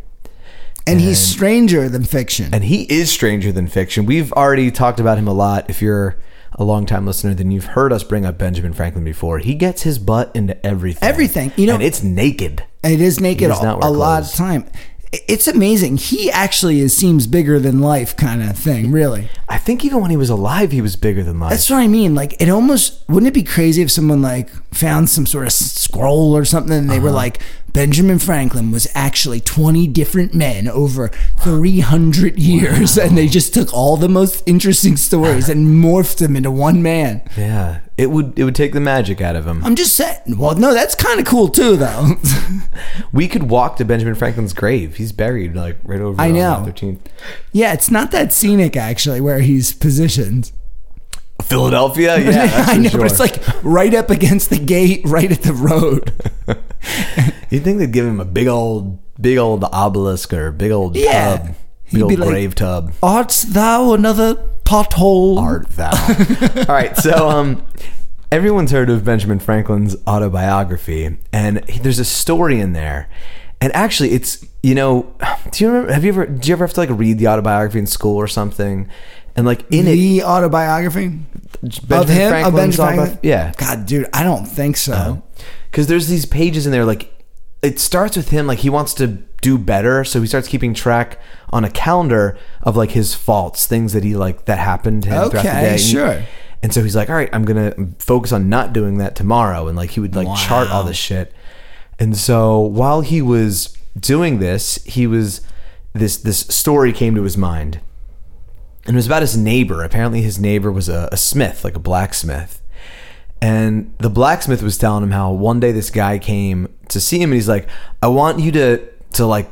Speaker 3: And, he's stranger than fiction.
Speaker 2: And he is stranger than fiction. We've already talked about him a lot. If you're a longtime listener, then you've heard us bring up Benjamin Franklin before. He gets his butt into everything.
Speaker 3: Everything. You know-
Speaker 2: and it's naked.
Speaker 3: it is naked
Speaker 2: does
Speaker 3: a,
Speaker 2: not wear
Speaker 3: a lot of
Speaker 2: clothes.
Speaker 3: time. I- It's amazing. He actually is, seems bigger than life kind of thing, really.
Speaker 2: I think even when he was alive, he was bigger than life.
Speaker 3: That's what I mean. Like, it almost wouldn't it be crazy if someone like found some sort of s- scroll or something and they were like, Benjamin Franklin was actually 20 different men over 300 years. And they just took all the most interesting stories and morphed them into one man.
Speaker 2: yeah, it would it would take the magic out of him.
Speaker 3: I'm just saying. Well, no, that's kind of cool too, though.
Speaker 2: we could walk to Benjamin Franklin's grave. He's buried like right over.
Speaker 3: I
Speaker 2: on
Speaker 3: know.
Speaker 2: the 13th.
Speaker 3: yeah, it's not that scenic actually where he's positioned.
Speaker 2: Philadelphia. Yeah, that's
Speaker 3: I
Speaker 2: for
Speaker 3: know,
Speaker 2: sure.
Speaker 3: but it's like right up against the gate, right at the road.
Speaker 2: You'd think they'd give him a big old, big old obelisk or big old
Speaker 3: Yeah.
Speaker 2: tub,
Speaker 3: He'd
Speaker 2: big old
Speaker 3: be like-
Speaker 2: grave tub.
Speaker 3: Art thou another pothole?
Speaker 2: Art thou? All right, so um, everyone's heard of Benjamin Franklin's autobiography, and he, there's a story in there, and actually, it's you know, do you remember? Have you ever? Do you ever have to like read the autobiography in school or something? And like in it,
Speaker 3: the autobiography
Speaker 2: Benjamin
Speaker 3: of him, of
Speaker 2: Franklin's
Speaker 3: Benjamin
Speaker 2: autobi-
Speaker 3: Franklin.
Speaker 2: yeah, Uh-huh.
Speaker 3: God, dude, I don't think so.
Speaker 2: because there's these pages in there like it starts with him like he wants to do better so he starts keeping track on a calendar of like his faults things that he like that happened to him throughout the
Speaker 3: Okay,
Speaker 2: day And-
Speaker 3: sure.
Speaker 2: and so he's like all right i'm gonna focus on not doing that tomorrow and like he would like chart all this shit and so while he was doing this he was this this story came to his mind and it was about his neighbor. Apparently, his neighbor was a, a smith, like a blacksmith. And the blacksmith was telling him how one day this guy came to see him, and he's like, "I want you to to like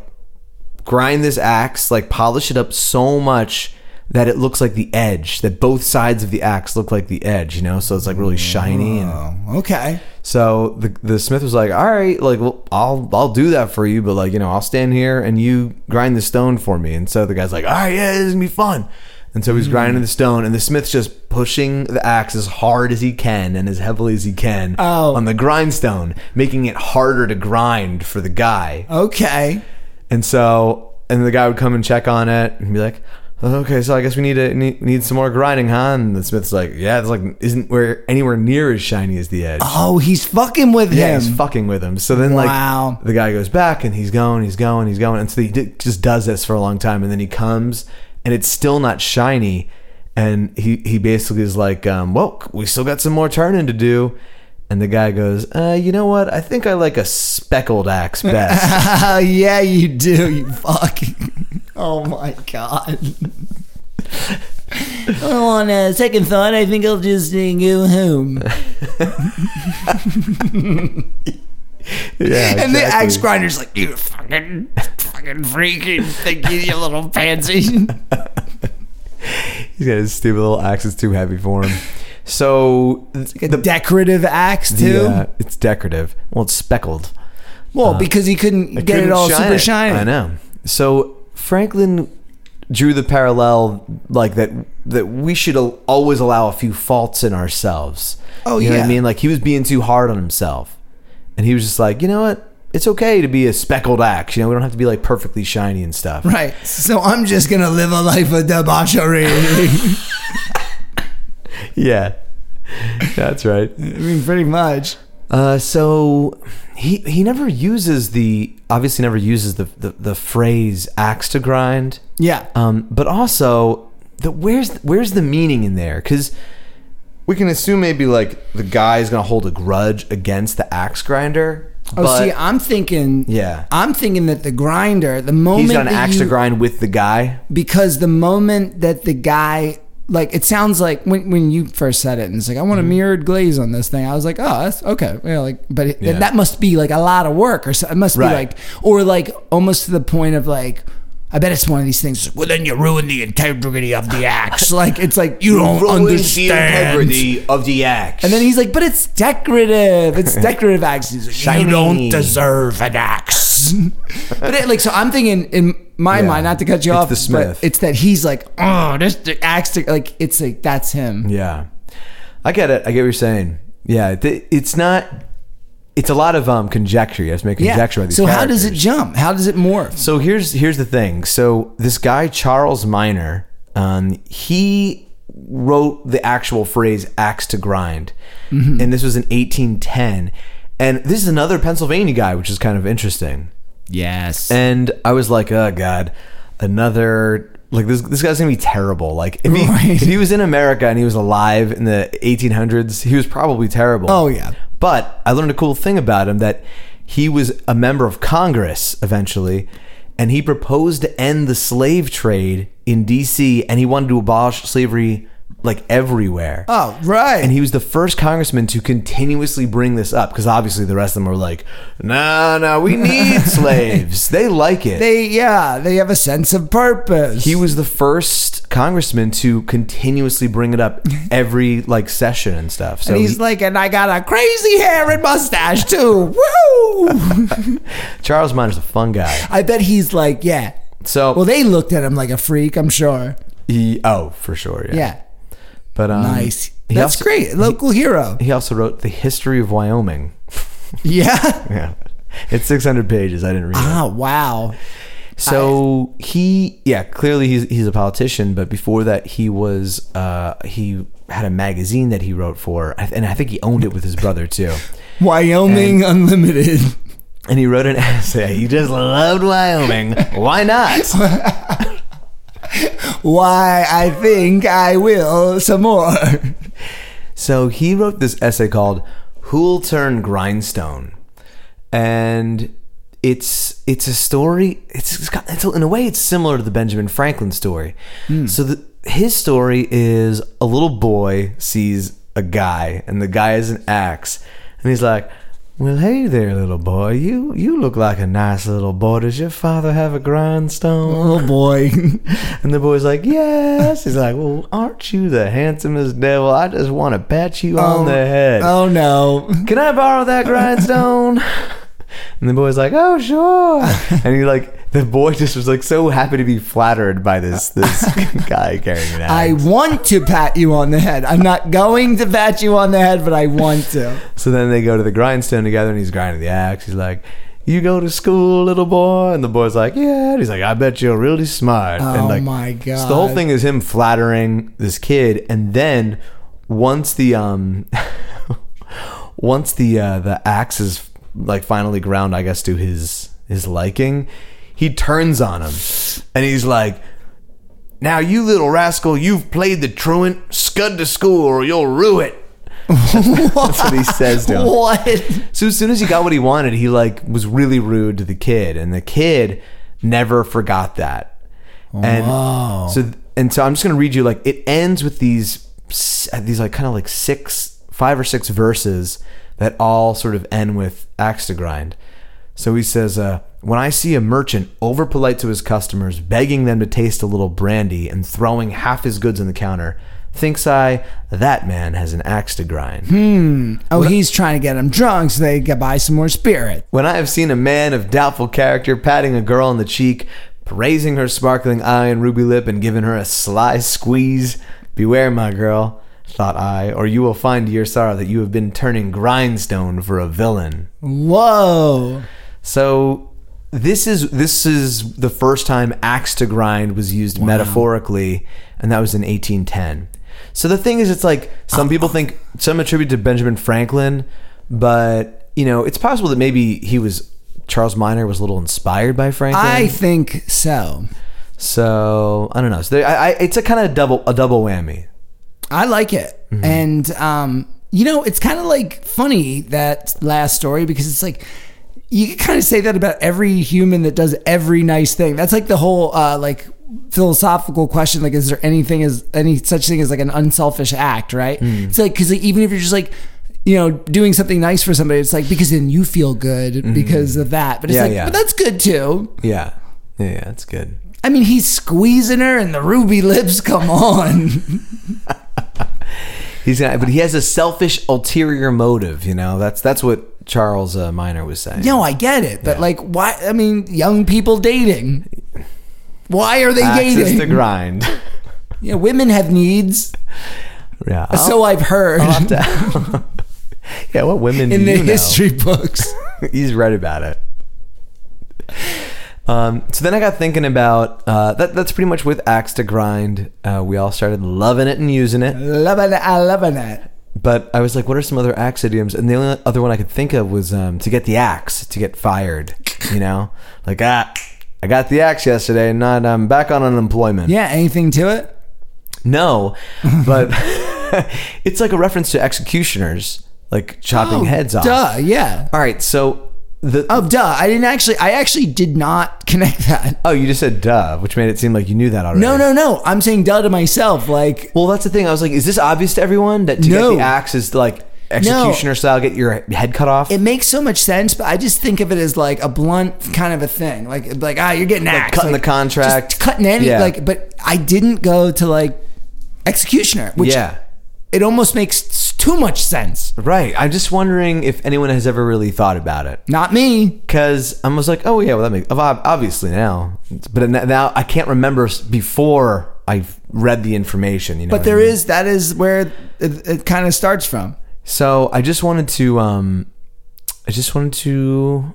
Speaker 2: grind this axe, like polish it up so much that it looks like the edge, that both sides of the axe look like the edge, you know? So it's like really shiny and
Speaker 3: Oh, okay.
Speaker 2: so the the smith was like, "All right, like well, I'll I'll do that for you, but like you know, I'll stand here and you grind the stone for me." And so the guy's like, "All right, yeah, this is gonna be fun." And so he's grinding the stone, and the smith's just pushing the axe as hard as he can and as heavily as he can
Speaker 3: Oh.
Speaker 2: on the grindstone, making it harder to grind for the guy.
Speaker 3: Okay.
Speaker 2: And so, and the guy would come and check on it and be like, "Okay, so I guess we need to need, need some more grinding, huh?" And the smith's like, "Yeah, it's like isn't where anywhere near as shiny as the edge."
Speaker 3: Oh, he's fucking with
Speaker 2: Yeah,
Speaker 3: him.
Speaker 2: he's fucking with him. So then,
Speaker 3: Wow.
Speaker 2: like, the guy goes back and he's going, he's going, he's going. And so he did, just does this for a long time. And then he comes and it's still not shiny. And he, he basically is like, um, well, we still got some more turning to do. And the guy goes, uh, you know what? I think I like a speckled axe best.
Speaker 3: yeah, you do. You fucking. Oh my god. Well, on uh, second thought, I think I'll just uh, go home.
Speaker 2: yeah,
Speaker 3: And the axe
Speaker 2: exactly.
Speaker 3: grinder's like, you fucking, fucking freaking thingy, you little pansy.
Speaker 2: He's got his stupid little axe. It's too heavy for him. So the,
Speaker 3: Decorative axe
Speaker 2: the,
Speaker 3: too.
Speaker 2: uh, it's decorative. Well, it's speckled.
Speaker 3: well, because he couldn't get it
Speaker 2: couldn't
Speaker 3: all
Speaker 2: shine
Speaker 3: super
Speaker 2: Uh-huh. it.
Speaker 3: shiny.
Speaker 2: I know. So Franklin drew the parallel like that that we should al- always allow a few faults in ourselves.
Speaker 3: Oh,
Speaker 2: you know what
Speaker 3: yeah.
Speaker 2: I mean, like he was being too hard on himself, and he was just like, you know what? It's okay to be a speckled axe. You know, we don't have to be like perfectly shiny and stuff.
Speaker 3: Right. So I'm just gonna live a life of debauchery. I
Speaker 2: Yeah, that's right.
Speaker 3: mean, pretty much.
Speaker 2: Uh, so he he never uses the obviously never uses the the, the phrase axe to grind.
Speaker 3: Yeah. Oh,
Speaker 2: Um, but also, the, where's where's the meaning in there? Because we can assume maybe like the guy is gonna hold a grudge against the axe grinder.
Speaker 3: Oh,
Speaker 2: but
Speaker 3: see, I'm thinking.
Speaker 2: Yeah.
Speaker 3: I'm thinking that the grinder, the moment
Speaker 2: he's got an
Speaker 3: that
Speaker 2: axe
Speaker 3: you-
Speaker 2: to grind with the guy.
Speaker 3: because the moment that the guy like it sounds like when when you first said it and it's like I want
Speaker 2: Mm-hmm.
Speaker 3: a mirrored glaze on this thing I was like oh that's okay yeah like but it,
Speaker 2: Yeah.
Speaker 3: that must be like a lot of work or so, it must
Speaker 2: Right.
Speaker 3: be like or like almost to the point of like I bet it's one of these things. Well, then you ruin the integrity of the acts. Like it's like you don't understand.
Speaker 2: of the act.
Speaker 3: And then he's like, "But it's decorative. It's decorative axe." He's like,
Speaker 2: Shiny.
Speaker 3: "You don't deserve an axe." but it, like, so I'm thinking in my
Speaker 2: Yeah.
Speaker 3: mind, not to cut you
Speaker 2: It's
Speaker 3: off,
Speaker 2: the Smith.
Speaker 3: but it's that he's like, "Oh, this the axe." to-" Like it's like that's him.
Speaker 2: Yeah, I get it. I get what you're saying. Yeah, th- it's not. It's a lot of um conjecture. You have to make conjecture about these.
Speaker 3: So how does it
Speaker 2: characters.
Speaker 3: jump? How does it morph?
Speaker 2: So here's here's the thing. So this guy Charles Minor, um, he wrote the actual phrase "axe to grind," and this was in 1810. And this is another Pennsylvania guy, which is kind of interesting.
Speaker 3: Yes.
Speaker 2: And I was like, oh god, another like this this guy's gonna be terrible. Like if he, if
Speaker 3: Right.
Speaker 2: he was in America and he was alive in the 1800s, he was probably terrible.
Speaker 3: Oh, yeah.
Speaker 2: But I learned a cool thing about him that he was a member of Congress eventually, and he proposed to end the slave trade in D.C. and he wanted to abolish slavery like everywhere.
Speaker 3: oh right.
Speaker 2: And he was the first congressman to continuously bring this up because obviously the rest of them were like, no, no, we need slaves. They like it.
Speaker 3: they yeah they have a sense of purpose.
Speaker 2: he was the first congressman to continuously bring it up every like session and stuff. So
Speaker 3: and he's
Speaker 2: he-
Speaker 3: like, and I got a crazy hair and mustache too. Woo!
Speaker 2: Charles Miner's a fun guy.
Speaker 3: I bet he's like, yeah.
Speaker 2: So
Speaker 3: Well, they looked at him like a freak. I'm sure.
Speaker 2: he, oh, for sure, yeah.
Speaker 3: Yeah.
Speaker 2: But um,
Speaker 3: Nice.
Speaker 2: He
Speaker 3: That's
Speaker 2: also,
Speaker 3: great. Local hero.
Speaker 2: He also wrote the history of Wyoming.
Speaker 3: Yeah.
Speaker 2: Yeah, it's 600 pages. I didn't read. it.
Speaker 3: Ah, wow.
Speaker 2: So he, yeah, clearly he's he's a politician, but before that he was uh, he had a magazine that he wrote for, and I think he owned it with his brother too.
Speaker 3: Wyoming Unlimited.
Speaker 2: And he wrote an essay. He just loved Wyoming. Why not?
Speaker 3: Why I think I will some more.
Speaker 2: So he wrote this essay called "Who'll Turn Grindstone," and it's it's a story. It's, it's, got, it's in a way it's similar to the Benjamin Franklin story. So the, his story is a little boy sees a guy, and the guy is an axe, and he's like. Well, hey there, little boy. You you look like a nice little boy. Does your father have a grindstone?
Speaker 3: Oh boy.
Speaker 2: And the boy's like, Yes. He's like, Well, aren't you the handsomest devil? I just want to pat you on the head.
Speaker 3: Oh no.
Speaker 2: Can I borrow that grindstone? and the boy's like, Oh, sure. and he, like, the boy just was like so happy to be flattered by this this guy carrying an axe.
Speaker 3: I want to pat you on the head. I'm not going to pat you on the head, but I want to.
Speaker 2: So then they go to the grindstone together, and he's grinding the axe. He's like, "You go to school, little boy," and the boy's like, "Yeah." And he's like, "I bet you're really smart." and
Speaker 3: Oh
Speaker 2: like,
Speaker 3: my
Speaker 2: So the whole
Speaker 3: God.
Speaker 2: thing is him flattering this kid, and then once the um, once the uh, the axe is like finally ground, I guess to his his liking, he turns on him, and he's like. Now, you little rascal, you've played the truant. Scud to school or you'll rue it. That's what he says to him.
Speaker 3: What?
Speaker 2: So as soon as he got what he wanted, he like was really rude to the kid, and the kid never forgot that. And so and so, I'm just gonna read you like it ends with these s- these like kind of like six, five or six verses that all sort of end with axe to grind. So he says, uh, "When I see a merchant over polite to his customers, begging them to taste a little brandy and throwing half his goods on the counter." Thinks I, that man has an axe to grind.
Speaker 3: Oh, he's trying to get him drunk so they can buy some more spirit.
Speaker 2: When I have seen a man of doubtful character patting a girl on the cheek, praising her sparkling eye and ruby lip, and giving her a sly squeeze, beware, my girl, thought I, or you will find to your sorrow that you have been turning grindstone for a villain.
Speaker 3: Whoa.
Speaker 2: So this is this is the first time axe to grind was used metaphorically, and that was in 1810. So the thing is, it's like some people think some attribute to Benjamin Franklin, but you know it's possible that maybe he was Charles Minor was a little inspired by Franklin.
Speaker 3: I think so.
Speaker 2: so I don't know. So there, I, I, it's a kind of double a double whammy.
Speaker 3: I like it.
Speaker 2: Mm-hmm.
Speaker 3: And um, you know, it's kind of like funny that last story because it's like you can kind of say that about every human that does every nice thing. That's like the whole uh, like philosophical question like is there anything as any such thing as like an unselfish act, right?
Speaker 2: Mm.
Speaker 3: It's like cuz like, even if you're just like you know, doing something nice for somebody, it's like because then you feel good because of that. But it's
Speaker 2: Mm-hmm. Yeah, yeah.
Speaker 3: like, but that's good too.
Speaker 2: Yeah. Yeah, yeah, it's good.
Speaker 3: I mean, he's squeezing her, and the ruby lips come on.
Speaker 2: He's gonna, but he has a selfish ulterior motive. You know, that's that's what Charles uh, Minor was saying.
Speaker 3: no, I get it, but
Speaker 2: Yeah.
Speaker 3: like, why? I mean, young people dating. Why are they
Speaker 2: Access
Speaker 3: dating?
Speaker 2: to grind.
Speaker 3: Yeah, women have needs.
Speaker 2: yeah. I'll-
Speaker 3: so I've heard
Speaker 2: I'll have to- yeah, what women do
Speaker 3: in the
Speaker 2: you know?
Speaker 3: history books.
Speaker 2: He's right about it. Um, so then I got thinking about uh, that. That's pretty much with axe to grind. Uh, we all started loving it and using it.
Speaker 3: loving it, I loving it.
Speaker 2: But I was like, what are some other axe idioms? And the only other one I could think of was um, to get the axe, to get fired. You know, like ah, I got the axe yesterday, and now I'm back on unemployment.
Speaker 3: Yeah, anything to it?
Speaker 2: No, but it's like a reference to executioners, like chopping Oh, heads off.
Speaker 3: Oh, Duh, yeah.
Speaker 2: All right, so the
Speaker 3: Oh, duh. I didn't actually, I actually did not connect that.
Speaker 2: oh, you just said duh, which made it seem like you knew that already.
Speaker 3: No, no, no. I'm saying duh to myself. Like,
Speaker 2: Well, that's the thing. I was like, is this obvious to everyone that to
Speaker 3: No.
Speaker 2: get the axe is like executioner style, get your head cut off?
Speaker 3: it makes so much sense, but I just think of it as like a blunt kind of a thing. Like, like ah, you're getting axed.
Speaker 2: cutting
Speaker 3: Like,
Speaker 2: the contract.
Speaker 3: just cutting any.
Speaker 2: Yeah.
Speaker 3: Like, but I didn't go to like executioner, which
Speaker 2: yeah.
Speaker 3: it almost makes too much sense.
Speaker 2: Right. I'm just wondering if anyone has ever really thought about it.
Speaker 3: Not me.
Speaker 2: Because I was like, oh, yeah, well, that makes, ob- obviously now. But now I can't remember s- before I read the information, you know.
Speaker 3: But there is that is where it, it kind of starts from.
Speaker 2: So I just wanted to, um, I just wanted to,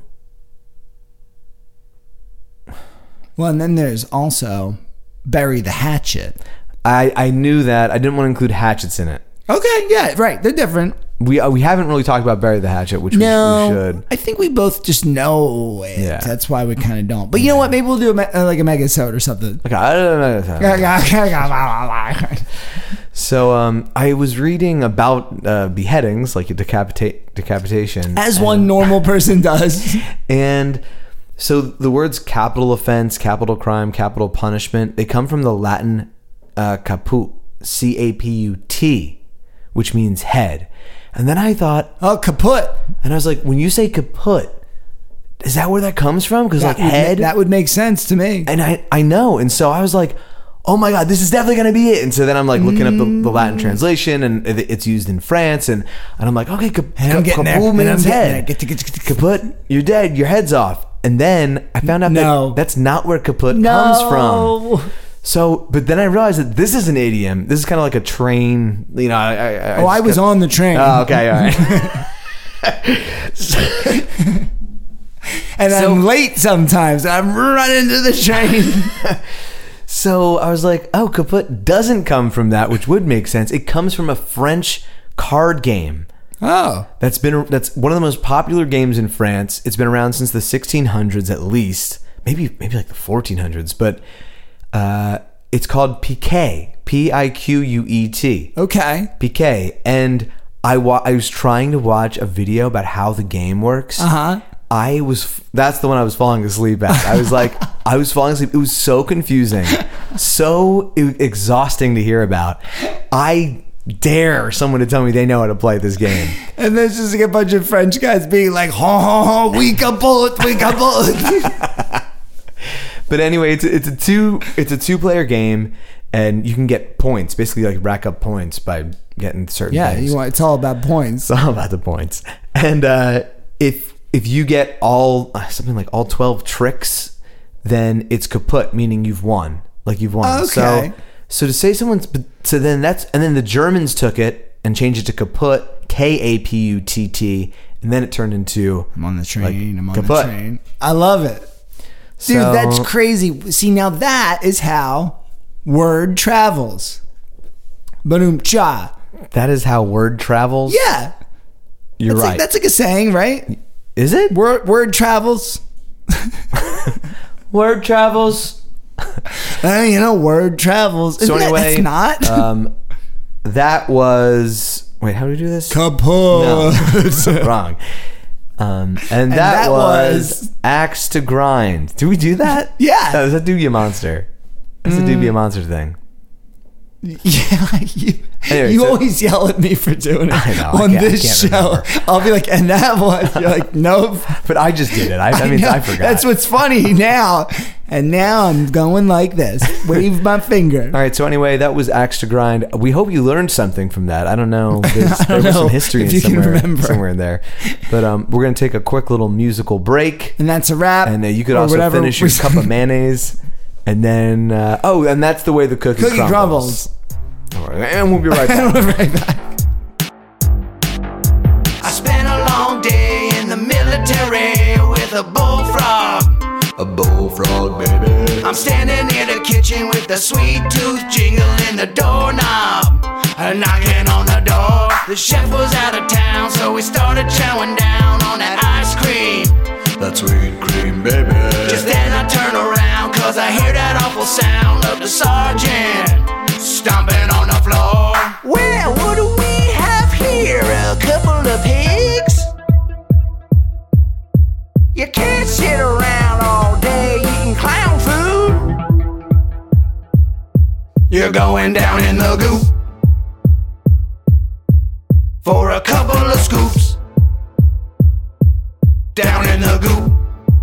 Speaker 3: Well, and then there's also bury the hatchet.
Speaker 2: I, I knew that. I didn't want to include hatchets in it.
Speaker 3: Okay, yeah, right. They're different.
Speaker 2: We, uh, we haven't really talked about Bury the Hatchet, which we-
Speaker 3: No,
Speaker 2: we should.
Speaker 3: I think we both just know it.
Speaker 2: Yeah.
Speaker 3: That's why we kind of don't. But you know what? Maybe we'll do a, me- uh, like a mega episode or something.
Speaker 2: Okay, I don't know. I don't know.
Speaker 3: yeah,
Speaker 2: So um, I was reading about uh, beheadings, like a decapitate decapitation,
Speaker 3: as one normal person does.
Speaker 2: and so the words capital offense, capital crime, capital punishment they come from the Latin uh, caput, c a p u t, which means head. And then I thought,
Speaker 3: Oh, kaput.
Speaker 2: and I was like, when you say caput, is that where that comes from? Because like
Speaker 3: That would ma-
Speaker 2: head,
Speaker 3: That would make sense to me.
Speaker 2: and I, I know. And so I was like, oh my God, this is definitely going to be it. And so then I'm like looking up the, the Latin
Speaker 3: Mm.
Speaker 2: translation and it- it's used in France. And, and I'm like, okay, cap-
Speaker 3: And I'm
Speaker 2: cap-
Speaker 3: getting there.
Speaker 2: kaboom
Speaker 3: And I'm
Speaker 2: means
Speaker 3: getting
Speaker 2: head.
Speaker 3: there. Get to- get to- get to-
Speaker 2: Kaput, you're dead. Your head's off. And then I found out
Speaker 3: No.
Speaker 2: that that's not where kaput comes from. So, but then I realized that this is an idiom. This is kind of like a train. You know, I, I, I
Speaker 3: Oh, I
Speaker 2: just
Speaker 3: was
Speaker 2: got-
Speaker 3: on the train.
Speaker 2: Oh, okay, all right.
Speaker 3: and
Speaker 2: so-
Speaker 3: I'm late sometimes. I'm running to the train.
Speaker 2: So I was like, oh, kaput doesn't come from that, which would make sense. It comes from a French card game.
Speaker 3: oh.
Speaker 2: That's been that's one of the most popular games in France. It's been around since the 1600s at least, maybe maybe like the 1400s. But uh, it's called piquet, P I Q U E T,
Speaker 3: Okay.
Speaker 2: piquet. And I wa- I was trying to watch a video about how the game works.
Speaker 3: Uh-huh.
Speaker 2: I was f- that's the one I was falling asleep at. I was like I was falling asleep. It was so confusing, so e- exhausting to hear about. I dare someone to tell me they know how to play this game.
Speaker 3: And there's just like a bunch of French guys being like, ho, ho, ho, we kaput, we kaput.
Speaker 2: But anyway, it's it's a two it's a two player game, and you can get points basically like rack up points by getting certain
Speaker 3: yeah,
Speaker 2: things.
Speaker 3: you want, it's all about points.
Speaker 2: it's all about the points. And uh, if if you get all uh, something like all twelve tricks, then it's kaput, meaning you've won. Like you've won.
Speaker 3: Okay.
Speaker 2: So so to say someone's but- so then that's and then the Germans took it and changed it to kaput, K A P U T T, and then it turned into
Speaker 3: I'm on the train. I'm on
Speaker 2: kaput.
Speaker 3: the train. I love it. Dude, that's
Speaker 2: So-
Speaker 3: crazy. See, now that is how word travels. Boom cha.
Speaker 2: that is how word travels.
Speaker 3: Yeah.
Speaker 2: you're
Speaker 3: It's
Speaker 2: right.
Speaker 3: like, that's like a saying, right?
Speaker 2: is it
Speaker 3: Word, word travels.
Speaker 2: word travels?
Speaker 3: Uh, you know, word travels. Isn't
Speaker 2: So
Speaker 3: that-
Speaker 2: anyway,
Speaker 3: it's not.
Speaker 2: um, that was wait. How do we do this?
Speaker 3: kaput.
Speaker 2: No, wrong. Um, and, that
Speaker 3: that
Speaker 2: was,
Speaker 3: was-
Speaker 2: axe to grind. Do we do that?
Speaker 3: Yeah. Mm.
Speaker 2: That was a dubia monster. That's a dubia monster thing.
Speaker 3: Yeah, you,
Speaker 2: Anyway,
Speaker 3: you
Speaker 2: so-
Speaker 3: always yell at me for doing it
Speaker 2: I know, I
Speaker 3: on
Speaker 2: can't- I
Speaker 3: this
Speaker 2: can't
Speaker 3: show.
Speaker 2: remember.
Speaker 3: I'll be like, and that was. You're like, nope.
Speaker 2: But I just did it. I, I mean,
Speaker 3: know.
Speaker 2: I forgot.
Speaker 3: That's what's funny now. and now I'm going like this. Wave my finger.
Speaker 2: All right. So anyway, that was axe to grind. We hope you learned something from that. I don't know. There's,
Speaker 3: I don't
Speaker 2: there was
Speaker 3: know
Speaker 2: some history
Speaker 3: if
Speaker 2: in
Speaker 3: you can
Speaker 2: somewhere,
Speaker 3: remember.
Speaker 2: somewhere in there. But um, we're gonna take a quick little musical break,
Speaker 3: And that's a wrap.
Speaker 2: and uh, you could
Speaker 3: Or
Speaker 2: also
Speaker 3: whatever
Speaker 2: finish your
Speaker 3: we-
Speaker 2: cup of mayonnaise, and then uh, oh, and that's the way the cookie,
Speaker 3: Cookie crumbles.
Speaker 2: All right, and we'll be right back.
Speaker 3: We'll be right back.
Speaker 1: I spent a long day in the military with a bullfrog. A bullfrog, baby. I'm standing near the kitchen with the sweet tooth jingling the doorknob. A knocking on the door. The chef was out of town, so we started chowing down on that ice cream. That sweet cream, baby. Just then I turn around, cause I hear that awful sound of the sergeant stomping on the floor. Well, what do we have here? A couple of pigs? You can't sit around all day eating clown food. You're going down in the goop for a couple of scoops. Down in the goop.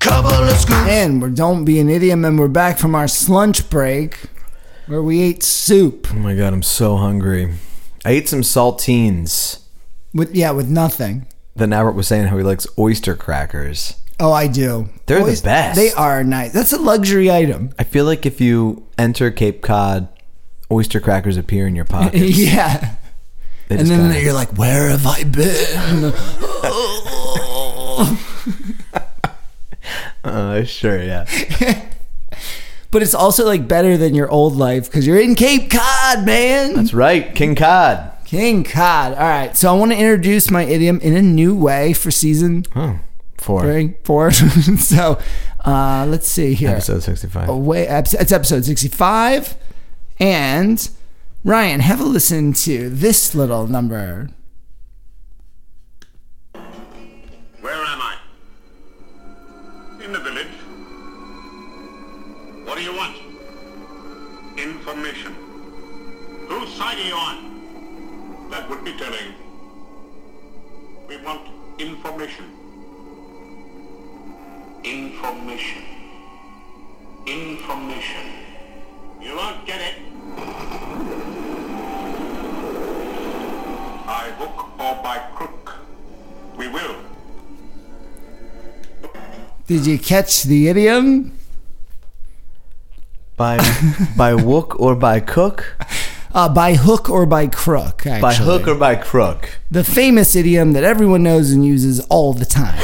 Speaker 1: Couple of scoops.
Speaker 3: And we're Don't Be an Idiom, and we're back from our slunch break where we ate soup.
Speaker 2: Oh my god, I'm so hungry. I ate some saltines.
Speaker 3: with Yeah, with nothing.
Speaker 2: Then Albert was saying how he likes oyster crackers.
Speaker 3: Oh, I do.
Speaker 2: They're the best.
Speaker 3: They are nice. That's a luxury item.
Speaker 2: I feel like if you enter Cape Cod, oyster crackers appear in your pocket.
Speaker 3: yeah.
Speaker 2: They
Speaker 3: And
Speaker 2: just
Speaker 3: then
Speaker 2: kinda-
Speaker 3: you're like, where have I been?
Speaker 2: uh, sure, yeah.
Speaker 3: but it's also like better than your old life because you're in Cape Cod, man.
Speaker 2: That's right, King Cod.
Speaker 3: King Cod. All right. So I want to introduce my idiom in a new way for season
Speaker 2: Oh, four.
Speaker 3: three, four. so uh, let's see here.
Speaker 2: Episode 65.
Speaker 3: Away, eps- it's episode 65. And Ryan, have a listen to this little number.
Speaker 4: Where am I? In the village. What do you want? Information. Whose side are you on? That would be telling. We want information. Information. Information. You won't get it. By hook or by crook, we will.
Speaker 3: Did you catch the idiom?
Speaker 2: By by wook or by cook?
Speaker 3: Uh, by hook or by crook, actually.
Speaker 2: By hook or by crook?
Speaker 3: the famous idiom that everyone knows and uses all the time.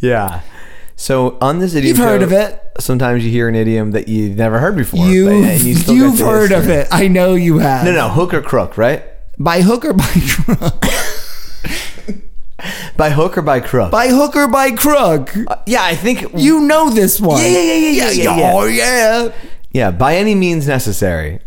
Speaker 2: Yeah. So on this idiom
Speaker 3: You've heard
Speaker 2: show,
Speaker 3: of it. Sometimes
Speaker 2: Sometimes you hear an idiom that you've never heard before.
Speaker 3: You,
Speaker 2: but- and you still
Speaker 3: you've
Speaker 2: get to
Speaker 3: heard of
Speaker 2: history.
Speaker 3: it. I know you have.
Speaker 2: No, no, hook or crook, right?
Speaker 3: By hook or by crook.
Speaker 2: By hook or by crook?
Speaker 3: by hook or by crook.
Speaker 2: yeah, I think
Speaker 3: You know this one.
Speaker 2: Yeah, yeah, yeah, yeah, yeah, yeah, yeah.
Speaker 3: Oh, yeah.
Speaker 2: Yeah, by any means necessary.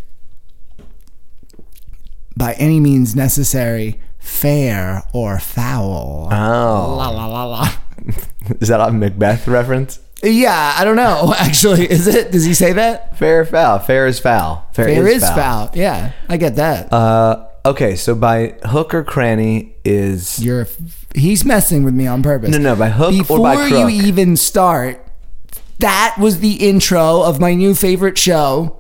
Speaker 3: By any means necessary, fair or foul.
Speaker 2: Oh,
Speaker 3: La, la, la, la.
Speaker 2: is that a Macbeth reference?
Speaker 3: Yeah, I don't know, actually. Is it? Does he say that?
Speaker 2: Fair or foul? Fair is foul.
Speaker 3: Fair is foul. Yeah, I get that.
Speaker 2: Uh, okay, so by hook or cranny is
Speaker 3: You're a f- he's messing with me on purpose.
Speaker 2: No, no, by hook
Speaker 3: Before
Speaker 2: or by
Speaker 3: you
Speaker 2: crook.
Speaker 3: even start, that was the intro of my new favorite show,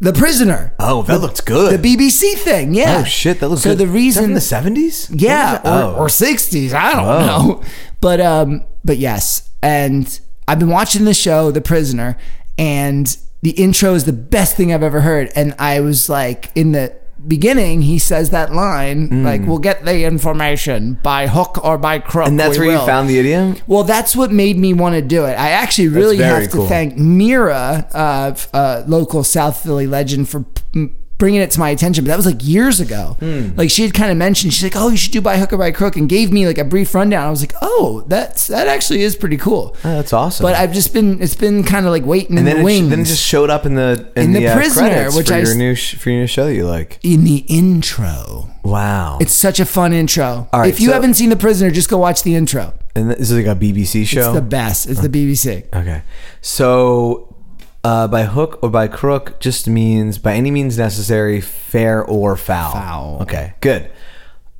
Speaker 3: The Prisoner.
Speaker 2: oh, that looks good.
Speaker 3: The BBC thing, yeah.
Speaker 2: oh shit, that looks
Speaker 3: so
Speaker 2: good.
Speaker 3: the
Speaker 2: Is that
Speaker 3: reason
Speaker 2: from the seventies,
Speaker 3: Yeah,
Speaker 2: oh.
Speaker 3: or, or 60s. I don't
Speaker 2: Oh.
Speaker 3: know. But um, but yes, and I've been watching the show, The Prisoner, and the intro is the best thing I've ever heard. And I was like, in the beginning, he says that line, like, "We'll get the information by hook or by crook."
Speaker 2: Mm. and that's
Speaker 3: we
Speaker 2: where you
Speaker 3: will."
Speaker 2: found the idiom.
Speaker 3: Well, that's what made me want to do it. I actually really
Speaker 2: very
Speaker 3: have to
Speaker 2: cool.
Speaker 3: thank Mira, uh, f- uh, local South Philly legend, for p- bringing it to my attention. But that was like years ago.
Speaker 2: Hmm.
Speaker 3: Like she had kind of mentioned, she's like, "Oh, you should do by hook or by crook," and gave me like a brief rundown. I was like, "Oh, that's that actually is pretty cool."
Speaker 2: Oh, that's awesome.
Speaker 3: But I've just been it's been kind of like waiting
Speaker 2: and
Speaker 3: in
Speaker 2: then
Speaker 3: the
Speaker 2: it, sh-
Speaker 3: wings.
Speaker 2: then it just showed up in the in,
Speaker 3: In The
Speaker 2: uh,
Speaker 3: Prisoner,
Speaker 2: credits
Speaker 3: which
Speaker 2: for
Speaker 3: I
Speaker 2: your
Speaker 3: s-
Speaker 2: new sh- for your new show that you like.
Speaker 3: in the intro.
Speaker 2: Wow,
Speaker 3: It's such a fun intro.
Speaker 2: All right,
Speaker 3: if you
Speaker 2: so-
Speaker 3: haven't seen The Prisoner, just go watch the intro.
Speaker 2: and this is like a BBC show.
Speaker 3: It's the best. It's the BBC.
Speaker 2: Okay. So uh, by hook or by crook just means by any means necessary, fair or foul.
Speaker 3: Foul.
Speaker 2: Okay, good.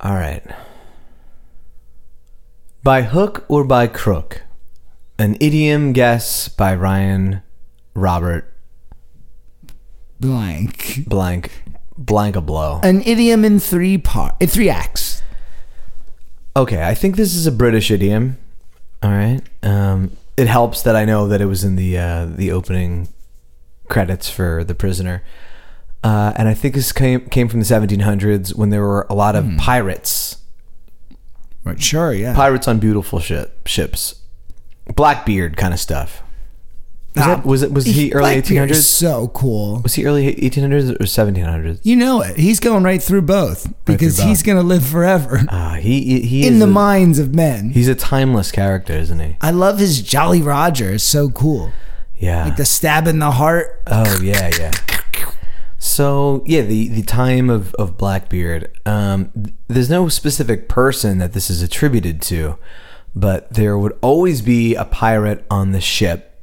Speaker 2: All right. By hook or by crook, An idiom guess by Ryan Robert
Speaker 3: blank.
Speaker 2: blank blank a blow.
Speaker 3: An idiom in three part, in three acts.
Speaker 2: Okay, I think this is a British idiom. All right. Um, it helps that I know that it was in the uh, the opening credits for The Prisoner, uh, and I think this came came from the 1700s when there were a lot of
Speaker 3: Hmm.
Speaker 2: pirates,
Speaker 3: Right. Sure. Yeah.
Speaker 2: pirates on beautiful ship, ships, Blackbeard kind of stuff. Was,
Speaker 3: Ah,
Speaker 2: that, was it was he early
Speaker 3: Blackbeard is
Speaker 2: 1800s?
Speaker 3: So cool.
Speaker 2: Was he early 1800s or 1700s?
Speaker 3: You know it. He's going right through both because
Speaker 2: both.
Speaker 3: he's going to live forever
Speaker 2: Uh, he he
Speaker 3: in
Speaker 2: is
Speaker 3: the
Speaker 2: a-
Speaker 3: minds of men.
Speaker 2: He's a timeless character, isn't he?
Speaker 3: I love his Jolly Roger. It's so cool.
Speaker 2: Yeah.
Speaker 3: Like the stab in the heart.
Speaker 2: Oh yeah, yeah. So yeah, the the time of of Blackbeard. Um, th- there's no specific person that this is attributed to, but there would always be a pirate on the ship.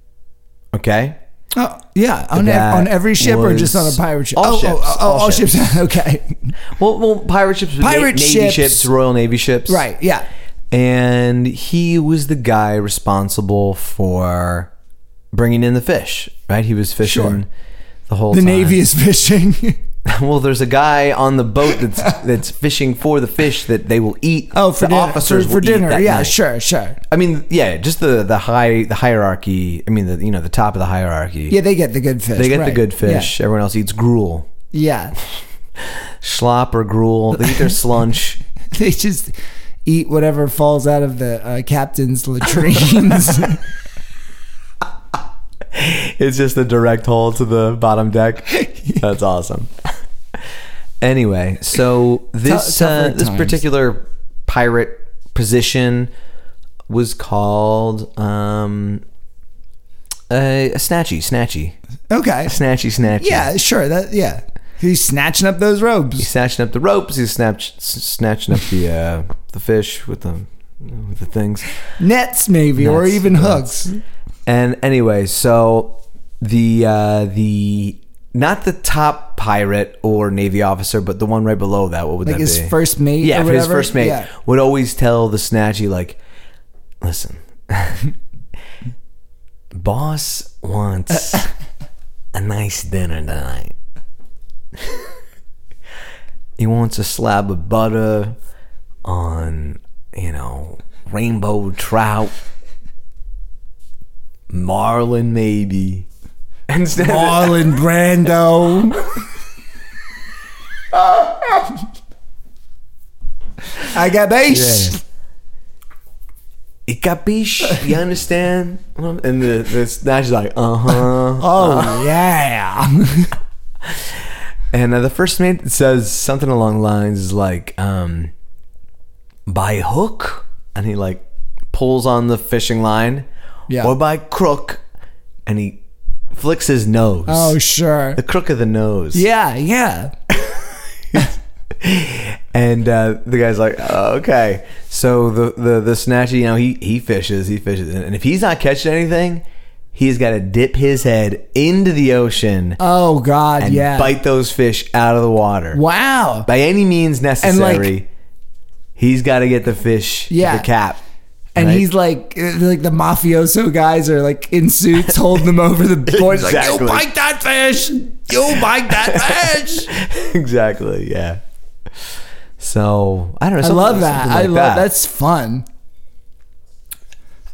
Speaker 2: Okay.
Speaker 3: Oh, yeah. On, ev-
Speaker 2: That
Speaker 3: on every ship or just on a
Speaker 2: was-
Speaker 3: pirate ship?
Speaker 2: all
Speaker 3: oh,
Speaker 2: ships,
Speaker 3: Oh, oh,
Speaker 2: all
Speaker 3: all
Speaker 2: ships.
Speaker 3: ships. okay.
Speaker 2: Well, well, pirate ships, na-
Speaker 3: Pirate
Speaker 2: navy ships.
Speaker 3: ships.
Speaker 2: Royal Navy ships,
Speaker 3: Right. Yeah.
Speaker 2: And he was the guy responsible for bringing in the fish. Right? He was fishing
Speaker 3: Sure.
Speaker 2: the whole
Speaker 3: The
Speaker 2: time.
Speaker 3: Navy is fishing.
Speaker 2: Well, there's a guy on the boat that's that's fishing for the fish that they will eat.
Speaker 3: oh, for
Speaker 2: the
Speaker 3: dinner.
Speaker 2: officers
Speaker 3: for,
Speaker 2: will
Speaker 3: for
Speaker 2: eat
Speaker 3: dinner.
Speaker 2: that
Speaker 3: yeah.
Speaker 2: night.
Speaker 3: Sure. Sure.
Speaker 2: I mean, yeah, just the the high the hierarchy. I mean, the you know the top of the hierarchy.
Speaker 3: Yeah. They get the good fish.
Speaker 2: they get the
Speaker 3: right.
Speaker 2: good fish. Everyone else eats gruel,
Speaker 3: Yeah. yeah.
Speaker 2: slop or gruel. They eat their slunch.
Speaker 3: they just eat whatever falls out of the uh, captain's latrines.
Speaker 2: It's just a direct hole to the bottom deck. That's awesome. anyway, so this
Speaker 3: Tou-
Speaker 2: uh,
Speaker 3: tougher
Speaker 2: this
Speaker 3: times.
Speaker 2: particular pirate position was called um, a, a snatchy, snatchy,
Speaker 3: okay.
Speaker 2: snatchy, snatchy.
Speaker 3: Yeah. Sure. That. Yeah. He's snatching up those
Speaker 2: he's
Speaker 3: robes.
Speaker 2: snatching up the ropes. He's snatch, s- snatching up the uh, the fish with the with the things.
Speaker 3: Nets, maybe, or
Speaker 2: Nets,
Speaker 3: even
Speaker 2: nets.
Speaker 3: hooks.
Speaker 2: And anyway, so the uh, the not the top pirate or navy officer, but the one right below that. What would
Speaker 3: Like
Speaker 2: that
Speaker 3: his
Speaker 2: be?
Speaker 3: first mate.
Speaker 2: yeah,
Speaker 3: or
Speaker 2: for his
Speaker 3: whatever.
Speaker 2: first mate
Speaker 3: Yeah.
Speaker 2: would always tell the snatchy like, "Listen, boss wants a nice dinner tonight. he wants a slab of butter on, you know, rainbow trout, marlin maybe." And Sna-
Speaker 3: Marlon Brando. I got base.
Speaker 2: it got beach. You understand? And the, the snatchy's like, uh huh.
Speaker 3: Oh yeah.
Speaker 2: And uh, the first mate says something along the lines is like, um, by hook, and he like pulls on the fishing line,
Speaker 3: Yeah.
Speaker 2: or by crook, and he flicks his nose,
Speaker 3: oh sure.
Speaker 2: the crook of the nose.
Speaker 3: Yeah, yeah.
Speaker 2: And uh, the guy's like, oh, okay. So the the the snatchy, you know, he he fishes, he fishes, and if he's not catching anything, he's got to dip his head into the ocean
Speaker 3: Oh god,
Speaker 2: and
Speaker 3: yeah.
Speaker 2: bite those fish out of the water.
Speaker 3: Wow.
Speaker 2: by any means necessary.
Speaker 3: And,
Speaker 2: he's got to get the fish to
Speaker 3: Yeah.
Speaker 2: the cap.
Speaker 3: And
Speaker 2: right?
Speaker 3: he's like, uh, like the mafioso guys are like in suits holding them over the board. Like you
Speaker 2: Exactly.
Speaker 3: bite that fish, you bite that fish.
Speaker 2: exactly, yeah. So I don't know.
Speaker 3: I
Speaker 2: something-
Speaker 3: love that.
Speaker 2: something
Speaker 3: I
Speaker 2: like
Speaker 3: love that's fun.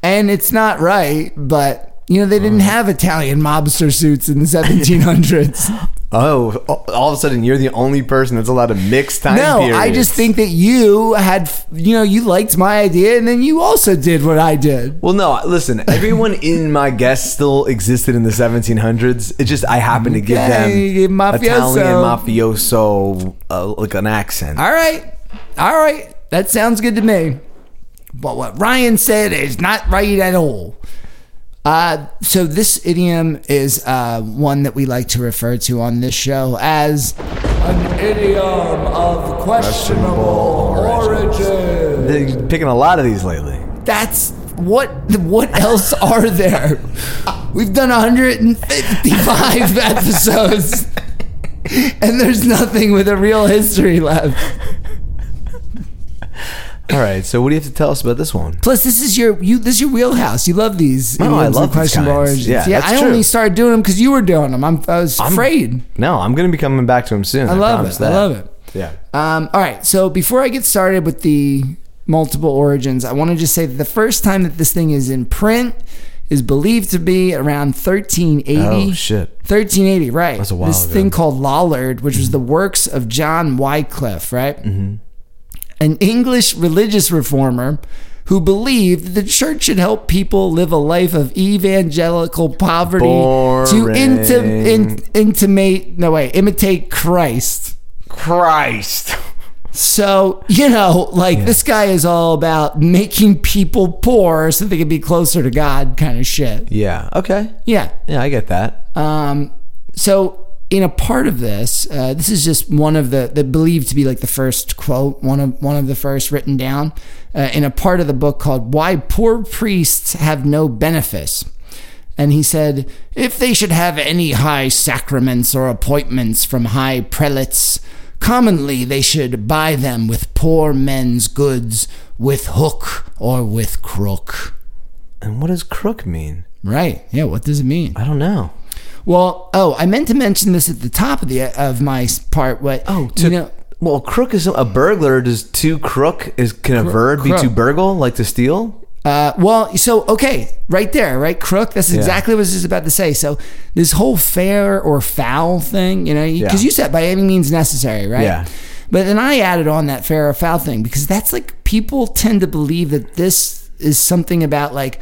Speaker 3: And it's not right, but you know they
Speaker 2: Mm.
Speaker 3: didn't have Italian mobster suits in the 1700s.
Speaker 2: Oh, a- all of a sudden you're the only person that's allowed to mix time.
Speaker 3: no, I
Speaker 2: periods.
Speaker 3: just think that you had, f- you know, you liked my idea, and then you also did what I did.
Speaker 2: Well, no. Listen, everyone in my guest still existed in the 1700s. It's just I happen to give them
Speaker 3: Okay, mafioso.
Speaker 2: Italian mafioso, uh, like an accent.
Speaker 3: All right, all right, that sounds good to me. But what Ryan said is not right at all. Uh, so this idiom is uh, one that we like to refer to on this show as an idiom of questionable origin.
Speaker 2: They're picking a lot of these lately.
Speaker 3: That's what. What else are there? We've done 155 episodes, and there's nothing with a real history left.
Speaker 2: All right. So what do you have to tell us about this one?
Speaker 3: Plus, this is your you. This is your wheelhouse. You love these.
Speaker 2: No, Oh, I
Speaker 3: idioms and
Speaker 2: love these
Speaker 3: questionable
Speaker 2: kinds.
Speaker 3: origins.
Speaker 2: Yeah, that's
Speaker 3: I
Speaker 2: true.
Speaker 3: only started doing them because you were doing them. I'm, I was afraid.
Speaker 2: No, I'm gonna be coming back to him soon.
Speaker 3: I love
Speaker 2: promise
Speaker 3: it.
Speaker 2: That.
Speaker 3: I love it.
Speaker 2: Yeah.
Speaker 3: Um, all right. So before I get started with the multiple origins, I want to just say that the first time that this thing is in print is believed to be around 1380.
Speaker 2: Oh shit.
Speaker 3: 1380, right.
Speaker 2: That's a while ago.
Speaker 3: This
Speaker 2: Mm-hmm.
Speaker 3: thing called Lollard, which was the works of John Wycliffe, right? Mm-hmm. An English religious reformer who believed that the church should help people live a life of evangelical poverty to inti- in-
Speaker 2: Boring.
Speaker 3: intimate, no way, imitate Christ.
Speaker 2: Christ.
Speaker 3: So, you know, like this guy is all about making people poor so they can be closer to God kind of shit.
Speaker 2: Yeah. Okay.
Speaker 3: Yeah.
Speaker 2: Yeah, I get that.
Speaker 3: Um, so in a part of this, uh, this is just one of the that believed to be like the first quote, one of one of the first written down uh, in a part of the book called "Why Poor Priests Have No Benefice." And he said, if they should have any high sacraments or appointments from high prelates, commonly they should buy them with poor men's goods, with hook or with crook.
Speaker 2: And what does crook mean?
Speaker 3: Right. Yeah. What does it mean?
Speaker 2: I don't know.
Speaker 3: Well, oh, I meant to mention this at the top of the of my s- part. What?
Speaker 2: Oh,
Speaker 3: you
Speaker 2: to,
Speaker 3: know,
Speaker 2: well, crook is a burglar. Does to crook is can a verb be to
Speaker 3: crook.
Speaker 2: burgle like to steal?
Speaker 3: uh, well, so okay, right there, right, crook. That's exactly what I was just about to say. So this whole fair or foul thing, you know, because
Speaker 2: Yeah.
Speaker 3: you said by any means necessary, right?
Speaker 2: Yeah.
Speaker 3: But then I added on that fair or foul thing because that's like people tend to believe that this is something about like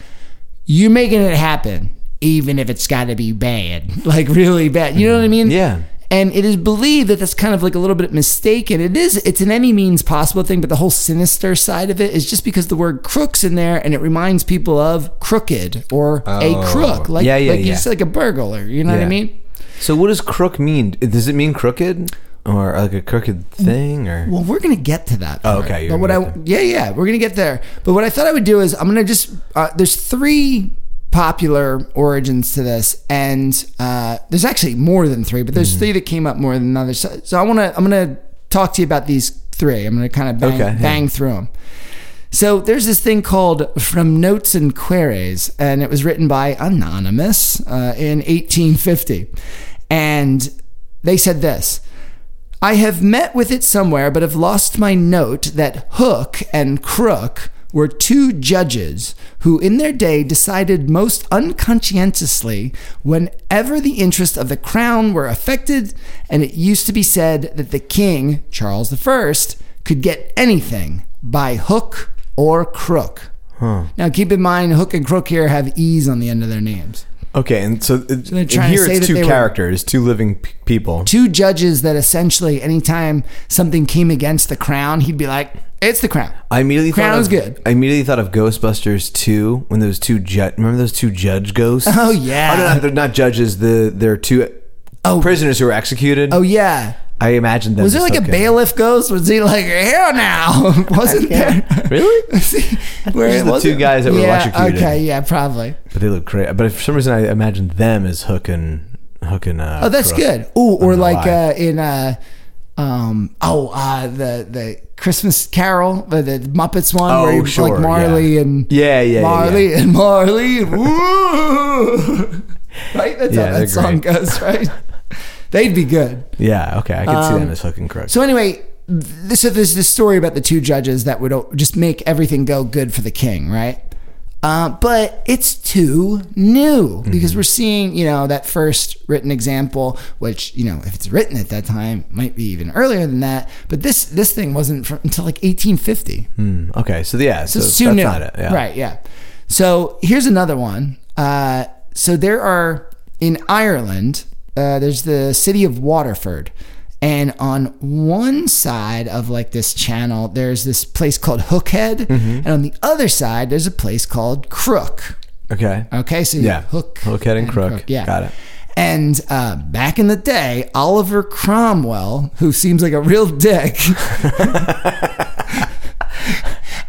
Speaker 3: you're making it happen, even if it's got to be bad, like really bad. You know what I mean?
Speaker 2: Yeah.
Speaker 3: And it is believed that that's kind of like a little bit mistaken. It is, it's in any means possible thing, but the whole sinister side of it is just because the word crook's in there and it reminds people of crooked or a crook. Like,
Speaker 2: Oh. Yeah, yeah,
Speaker 3: like
Speaker 2: yeah.
Speaker 3: you said, like a burglar. You know what
Speaker 2: Yeah.
Speaker 3: I mean?
Speaker 2: So what does crook mean? Does it mean crooked or like a crooked thing or?
Speaker 3: Well, we're gonna get to that. part.
Speaker 2: Oh, okay, you're
Speaker 3: But what I
Speaker 2: gonna
Speaker 3: yeah yeah we're gonna get there. But what I thought I would do is I'm gonna just uh, there's three popular origins to this, and uh, there's actually more than three, but there's
Speaker 2: Hmm.
Speaker 3: three that came up more than others. So, so I wanna I'm gonna talk to you about these three. I'm gonna kind of bang,
Speaker 2: Okay, yeah.
Speaker 3: bang through them. So there's this thing called From Notes and Queries, and it was written by Anonymous uh, in 1850. And they said this I have met with it somewhere, but have lost my note that Hook and Crook were two judges who, in their day, decided most unconscientiously whenever the interests of the crown were affected, and it used to be said that the king, Charles I, could get anything by hook or crook. Now, keep in mind, hook and crook here have E's on the end of their names.
Speaker 2: Okay, and so, it,
Speaker 3: they're
Speaker 2: and
Speaker 3: trying to
Speaker 2: here
Speaker 3: say
Speaker 2: it's
Speaker 3: that
Speaker 2: two
Speaker 3: they were-
Speaker 2: characters, two living p- people.
Speaker 3: two judges that essentially anytime something came against the crown, he'd be like, "It's the crown."
Speaker 2: I immediately thought
Speaker 3: Crown's
Speaker 2: of,
Speaker 3: good.
Speaker 2: I immediately thought of Ghostbusters two when those two judge remember those two judge ghosts.
Speaker 3: Oh, yeah.
Speaker 2: Oh, no, no, they're not judges. The they're two
Speaker 3: Oh.
Speaker 2: prisoners who were executed.
Speaker 3: oh yeah,
Speaker 2: I imagined them.
Speaker 3: was there
Speaker 2: just
Speaker 3: like a
Speaker 2: okay.
Speaker 3: bailiff ghost? Was he like here now? Wasn't there?
Speaker 2: Really?
Speaker 3: Where
Speaker 2: These are the
Speaker 3: was
Speaker 2: two
Speaker 3: it?
Speaker 2: guys that were
Speaker 3: yeah,
Speaker 2: electrocuted.
Speaker 3: Okay, yeah, probably.
Speaker 2: But they look crazy. But for some reason, I imagined them as hooking, hooking. Uh,
Speaker 3: Oh, that's
Speaker 2: crook.
Speaker 3: good. Ooh, or
Speaker 2: know
Speaker 3: like
Speaker 2: why.
Speaker 3: uh, in uh, um, oh, uh, the the Christmas Carol, the, the Muppets one,
Speaker 2: Oh,
Speaker 3: where you
Speaker 2: sure,
Speaker 3: like Marley
Speaker 2: yeah.
Speaker 3: and
Speaker 2: Yeah, yeah, yeah, yeah.
Speaker 3: Marley and Marley, and woo! right? That's
Speaker 2: Yeah,
Speaker 3: how
Speaker 2: they're
Speaker 3: that song
Speaker 2: great.
Speaker 3: goes, right? They'd be good.
Speaker 2: Yeah. Okay, I can see
Speaker 3: Um,
Speaker 2: them as hooking crook.
Speaker 3: So anyway, th- so there's this story about the two judges that would o- just make everything go good for the king, right? Uh, but it's too new because we're seeing, you know, that first written example, which you know, if it's written at that time, might be even earlier than that. But this this thing wasn't from, until like 1850.
Speaker 2: Hmm, okay, so yeah, so,
Speaker 3: So it's too
Speaker 2: that's
Speaker 3: new.
Speaker 2: not it. Yeah.
Speaker 3: Right, yeah. So here's another one. Uh, so there are in Ireland, uh, there's the city of Waterford. And on one side of like this channel, there's this place called Hookhead.
Speaker 2: Mm-hmm.
Speaker 3: And on the other side, there's a place called Crook.
Speaker 2: Okay.
Speaker 3: Okay, so
Speaker 2: Yeah.
Speaker 3: yeah, hook,
Speaker 2: Hookhead and crook.
Speaker 3: Yeah,
Speaker 2: Got it.
Speaker 3: And uh, back in the day, Oliver Cromwell, who seems like a real dick.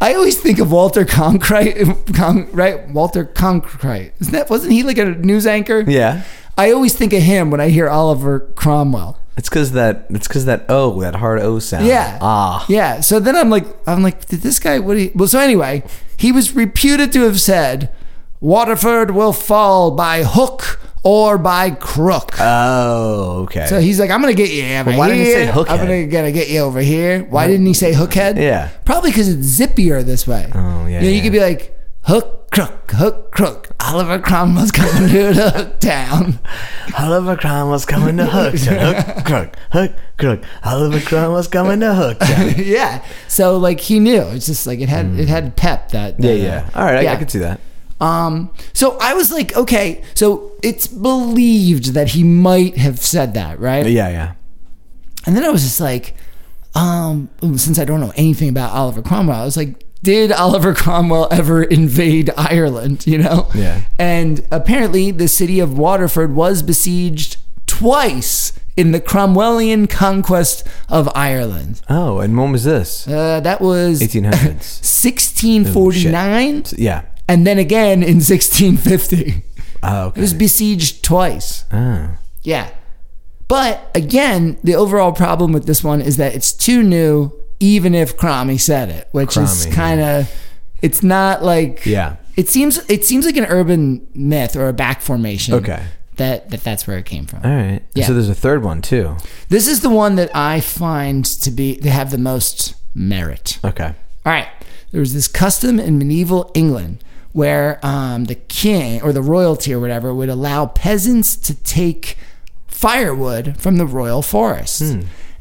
Speaker 3: I always think of Walter Conkright, Con, right? Walter Conkright. Isn't that wasn't he like a news anchor?
Speaker 2: Yeah.
Speaker 3: I always think of him when I hear Oliver Cromwell.
Speaker 2: It's because that. It's because that O, that hard O sound.
Speaker 3: Yeah.
Speaker 2: Ah.
Speaker 3: Yeah. So then I'm like, I'm like, did this guy? What? He, well, so anyway, he was reputed to have said, "Waterford will fall by hook or by crook."
Speaker 2: Oh. Okay.
Speaker 3: so he's like, I'm gonna get you over
Speaker 2: why
Speaker 3: here.
Speaker 2: didn't he say hookhead?
Speaker 3: I'm gonna, gonna get you over here. Why didn't he say hookhead?
Speaker 2: Yeah.
Speaker 3: Probably because it's zippier this way.
Speaker 2: Oh, yeah,
Speaker 3: You, know, you
Speaker 2: yeah.
Speaker 3: could be like hook crook hook crook. Oliver Cromwell's coming to Hook Town.
Speaker 2: Oliver Cromwell's coming to Hook. hook, crook, hook, crook. Oliver Cromwell's coming to Hook.
Speaker 3: yeah. So like he knew. It's just like it had it had pep that.
Speaker 2: Hmm. Yeah,
Speaker 3: that,
Speaker 2: yeah.
Speaker 3: uh,
Speaker 2: All right, I, I can see that.
Speaker 3: Um, so I was like, okay, so it's believed that he might have said that, right?
Speaker 2: Yeah, yeah.
Speaker 3: And then I was just like, um, since I don't know anything about Oliver Cromwell, I was like, did Oliver Cromwell ever invade Ireland? You know?
Speaker 2: Yeah.
Speaker 3: And apparently, the city of Waterford was besieged twice in the Cromwellian conquest of Ireland.
Speaker 2: Oh, and when was this?
Speaker 3: Uh, that was
Speaker 2: 1800s.
Speaker 3: 1649,
Speaker 2: yeah.
Speaker 3: and then again in 1650.
Speaker 2: Oh,
Speaker 3: It
Speaker 2: okay.
Speaker 3: was besieged twice.
Speaker 2: Oh.
Speaker 3: Yeah. But again, the overall problem with this one is that it's too new, even if Cromie said it, which is
Speaker 2: Cromie,
Speaker 3: kind of, it's not like,
Speaker 2: Yeah.
Speaker 3: It seems it seems like an urban myth or a back formation.
Speaker 2: Okay.
Speaker 3: That, that that's where it came from.
Speaker 2: All right.
Speaker 3: Yeah.
Speaker 2: So there's a third one too.
Speaker 3: This is the one that I find to be to have the most merit.
Speaker 2: Okay.
Speaker 3: All right. There was this custom in medieval England where um, the king or the royalty or whatever would allow peasants to take firewood from the royal forests.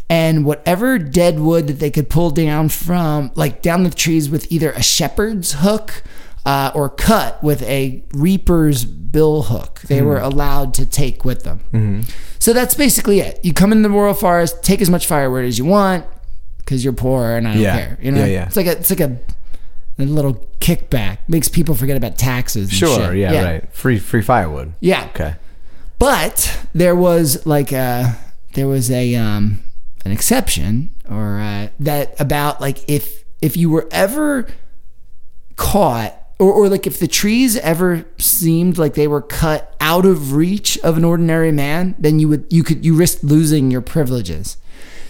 Speaker 3: And whatever dead wood that they could pull down from, like down the trees with either a shepherd's hook uh, or cut with a reaper's bill hook, they were allowed to take with them. So that's basically it. You come in the royal forest, take as much firewood as you want because you're poor and I don't
Speaker 2: Yeah.
Speaker 3: care. You know,
Speaker 2: Yeah, yeah.
Speaker 3: it's like a it's like a, a little kickback makes people forget about taxes. and
Speaker 2: Sure.
Speaker 3: shit.
Speaker 2: Yeah, Right. Free free firewood.
Speaker 3: Yeah.
Speaker 2: Okay.
Speaker 3: But there was like a there was a um an exception or uh, that about like if if you were ever caught or, or like if the trees ever seemed like they were cut out of reach of an ordinary man then you would you could you risked losing your privileges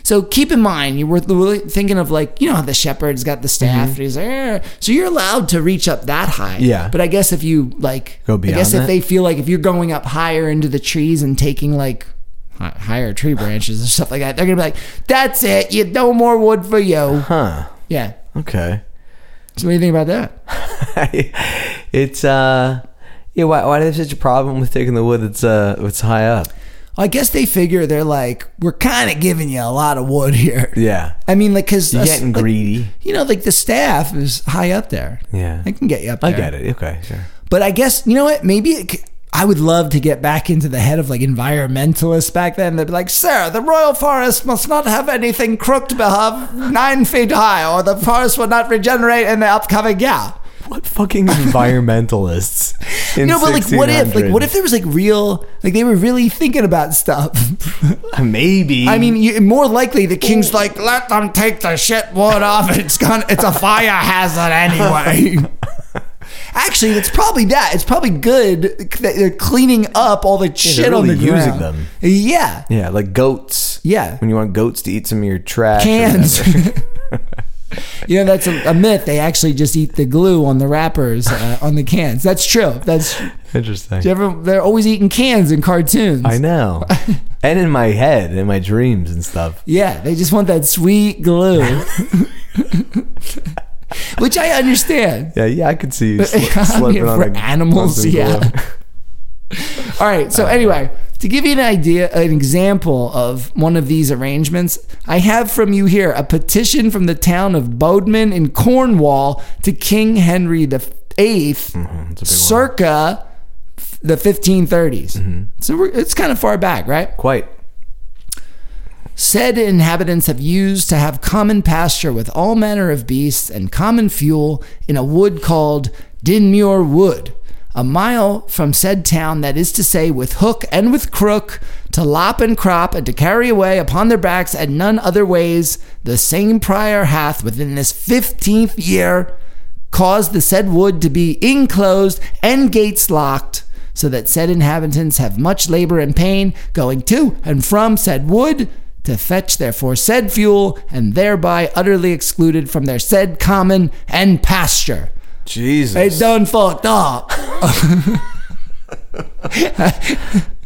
Speaker 3: so keep in mind you were really thinking of like you know how the shepherd's got the staff and he's like "Eh." so you're allowed to reach up that high
Speaker 2: Mm-hmm. Yeah.
Speaker 3: but i guess if you like
Speaker 2: Go
Speaker 3: i guess
Speaker 2: beyond
Speaker 3: if
Speaker 2: that?
Speaker 3: they feel like if you're going up higher into the trees and taking like hi- higher tree branches and stuff like that they're gonna be like that's it you no more wood for you
Speaker 2: Huh.
Speaker 3: yeah
Speaker 2: Okay.
Speaker 3: so what do you think about that
Speaker 2: it's uh yeah, why, why do they have such a problem with taking the wood that's uh that's high up?
Speaker 3: I guess they figure they're like, we're kind of giving you a lot of wood here.
Speaker 2: Yeah.
Speaker 3: I mean, like, because
Speaker 2: You're getting greedy.
Speaker 3: you know, like the staff is high up there.
Speaker 2: Yeah.
Speaker 3: I can get you up
Speaker 2: I
Speaker 3: there.
Speaker 2: get it. Okay, sure.
Speaker 3: But I guess, you know what? Maybe it, c- I would love to get back into the head of like environmentalists back then. They'd be like, sir, the royal forest must not have anything crooked above nine feet high, or the forest will not regenerate in the upcoming year.
Speaker 2: What fucking environmentalists? in
Speaker 3: No, but like, what if, like, what
Speaker 2: 1600s?
Speaker 3: if there was like real, like, they were really thinking about stuff?
Speaker 2: Maybe.
Speaker 3: I mean, you, more likely the king's like, let them take the shit wood off. It's gonna, it's a fire hazard anyway. Actually, it's probably that. It's probably good that they're cleaning up all the shit on the
Speaker 2: really
Speaker 3: ground.
Speaker 2: using them.
Speaker 3: Yeah,
Speaker 2: yeah, like goats.
Speaker 3: yeah.
Speaker 2: When you want goats to eat some of your trash. or
Speaker 3: Cans.
Speaker 2: whatever.
Speaker 3: you know, that's a, a myth. They actually just eat the glue on the wrappers uh, on the cans. That's true. That's
Speaker 2: Interesting.
Speaker 3: you ever, they're always eating cans in cartoons.
Speaker 2: I know. and in my head, in my dreams and stuff.
Speaker 3: Yeah, they just want that sweet glue. Which I understand.
Speaker 2: Yeah, yeah, I could see you sli-
Speaker 3: I mean,
Speaker 2: slipping on
Speaker 3: for
Speaker 2: a-
Speaker 3: animals,
Speaker 2: on some
Speaker 3: yeah.
Speaker 2: glue.
Speaker 3: All right. So anyway, to give you an idea, an example of one of these arrangements, I have from you here a petition from the town of Bodmin in Cornwall to King Henry the 8th
Speaker 2: It's Mm-hmm, a big one.
Speaker 3: circa f- the 1530s.
Speaker 2: Mm-hmm.
Speaker 3: So we're, it's kind of far back, right?
Speaker 2: Quite.
Speaker 3: said inhabitants have used to have common pasture with all manner of beasts and common fuel in a wood called Dinmuir Wood, a mile from said town, that is to say, with hook and with crook, to lop and crop, and to carry away upon their backs and none other ways, the same prior hath within this fifteenth year caused the said wood to be enclosed and gates locked, so that said inhabitants have much labor and pain going to and from said wood to fetch their foresaid fuel and thereby utterly excluded from their said common and pasture. They
Speaker 5: Jesus.
Speaker 3: done fucked up.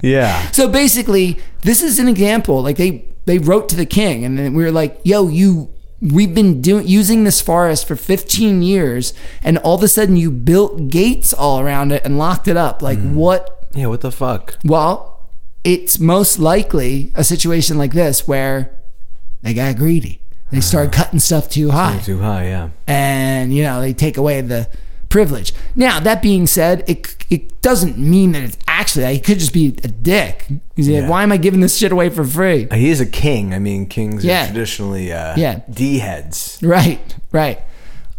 Speaker 5: Yeah.
Speaker 3: So basically, this is an example. Like they they wrote to the king, and then we were like, "Yo, you." We've been doing using this forest for 15 years, and all of a sudden you built gates all around it and locked it up. Like, what
Speaker 5: Yeah. What the fuck?
Speaker 3: Well, it's most likely a situation like this where they got greedy. They started cutting stuff too high
Speaker 5: Too high. Yeah.
Speaker 3: and, you know, they take away the privilege. Now, that being said, it, it doesn't mean that it's actually that. He could just be a dick. He's
Speaker 5: Yeah.
Speaker 3: like, why am I giving this shit away for free?
Speaker 5: He is a king. I mean, kings
Speaker 3: Yeah.
Speaker 5: are traditionally uh,
Speaker 3: Yeah.
Speaker 5: D heads.
Speaker 3: Right, right.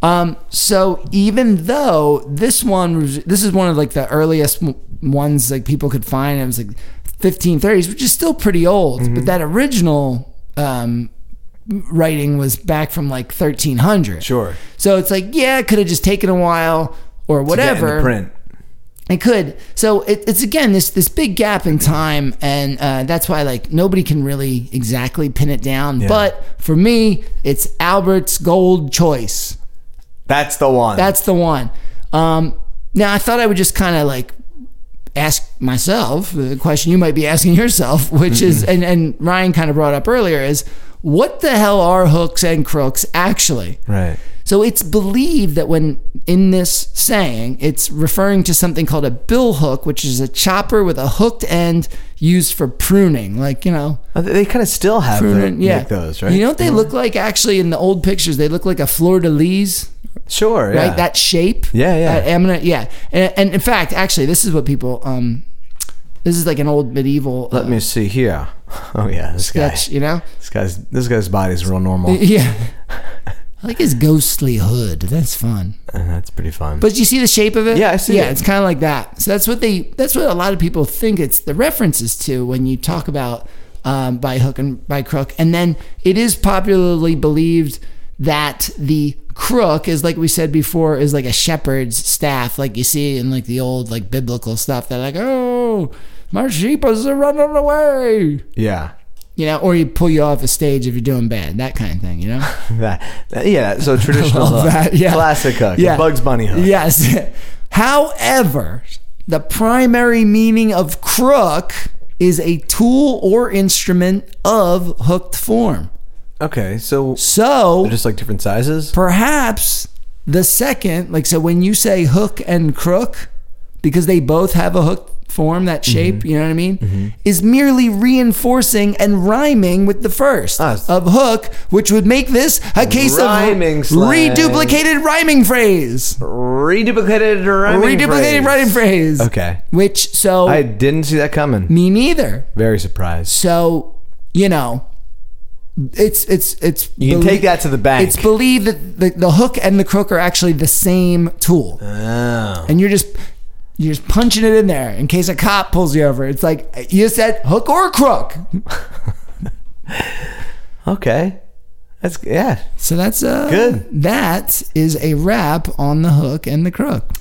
Speaker 3: Um, so even though this one, was- this is one of like the earliest m- ones like people could find. It was like 1530s, which is still pretty old.
Speaker 5: Mm-hmm.
Speaker 3: But that original um, writing was back from like 1300.
Speaker 5: Sure.
Speaker 3: So it's like, yeah, it could have just taken a while or
Speaker 5: Get in the
Speaker 3: whatever.
Speaker 5: print.
Speaker 3: It could. So it, it's again this this big gap in time, and uh, that's why like nobody can really exactly pin it down. But for me, it's Albert's gold choice.
Speaker 5: That's the one.
Speaker 3: That's the one. Um, now I thought I would just kind of like ask myself the question you might be asking yourself, which is, and and Ryan kind of brought up earlier is, what the hell are hooks and crooks actually?
Speaker 5: right.
Speaker 3: So it's believed that when in this saying, it's referring to something called a billhook, which is a chopper with a hooked end used for pruning, like you know,
Speaker 5: Uh, They kind of still have their,
Speaker 3: pruning. Yeah,
Speaker 5: like those, right?
Speaker 3: You know what they look like actually in the old pictures? They look like a fleur de lis,
Speaker 5: sure. Yeah.
Speaker 3: right? That shape.
Speaker 5: Yeah, yeah.
Speaker 3: That eminent, yeah. And, and in fact, actually, this is what people. um This is like an old medieval. uh,
Speaker 5: Let me see here. Oh yeah, this guy.
Speaker 3: sketch, you know.
Speaker 5: This guy's this guy's body's real normal. Uh,
Speaker 3: Yeah. I like his ghostly hood. That's fun.
Speaker 5: And that's pretty fun.
Speaker 3: But you see the shape of it?
Speaker 5: Yeah, I see
Speaker 3: Yeah,
Speaker 5: it.
Speaker 3: it's kind of like that. So that's what they. That's what a lot of people think it's the references to when you talk about um, by hook and by crook. And then it is popularly believed that the crook is like we said before is like a shepherd's staff, like you see in like the old like biblical stuff. They're like, oh, my sheep is running away.
Speaker 5: yeah.
Speaker 3: You know, or you pull you off a stage if you're doing bad, that kind of thing. You know.
Speaker 5: That, that- yeah, so traditional
Speaker 3: Love
Speaker 5: hook.
Speaker 3: that, yeah.
Speaker 5: Classic hook. the Bugs Bunny hook.
Speaker 3: Yes. However, the primary meaning of crook is a tool or instrument of hooked form.
Speaker 5: Okay, so
Speaker 3: So
Speaker 5: just like different sizes?
Speaker 3: perhaps the second, like, so when you say hook and crook, because they both have a hooked form,
Speaker 5: Mm-hmm.
Speaker 3: that shape, you know what I mean, is merely reinforcing and rhyming with the first
Speaker 5: Ah, it's-
Speaker 3: of hook, which would make this a case
Speaker 5: Rhyming
Speaker 3: of
Speaker 5: slang.
Speaker 3: reduplicated rhyming phrase.
Speaker 5: Reduplicated rhyming
Speaker 3: Reduplicated writing phrase.
Speaker 5: Okay.
Speaker 3: Which so
Speaker 5: I didn't see that coming.
Speaker 3: me neither.
Speaker 5: Very surprised.
Speaker 3: So you know, it's it's it's.
Speaker 5: You can take that to the bank.
Speaker 3: It's believed that the, the hook and the crook are actually the same tool,
Speaker 5: oh.
Speaker 3: and you're just you're just punching it in there in case a cop pulls you over. It's like you said, hook or crook.
Speaker 5: Okay. That's yeah.
Speaker 3: So that's uh,
Speaker 5: Good.
Speaker 3: That is a wrap on the hook and the crook.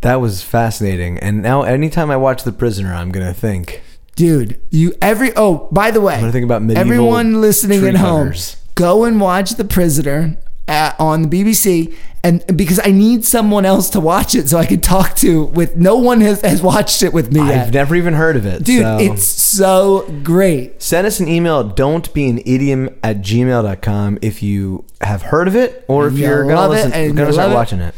Speaker 5: That was fascinating. And now anytime I watch The Prisoner, I'm going to think
Speaker 3: Dude, you every oh, by the way,
Speaker 5: gonna think about medieval
Speaker 3: everyone listening
Speaker 5: tree
Speaker 3: at home,
Speaker 5: huggers.
Speaker 3: go and watch The Prisoner uh on the BBC, and because I need someone else to watch it so I can talk to with no one has, has watched it with me
Speaker 5: I've
Speaker 3: yet.
Speaker 5: never even heard of it.
Speaker 3: Dude,
Speaker 5: so-
Speaker 3: it's so great.
Speaker 5: Send us an email at don'tbeanidiom at gmail.com if you have heard of it or if
Speaker 3: You
Speaker 5: you're going
Speaker 3: love
Speaker 5: to
Speaker 3: it
Speaker 5: listen,
Speaker 3: and
Speaker 5: going
Speaker 3: you
Speaker 5: to start
Speaker 3: love it.
Speaker 5: watching it.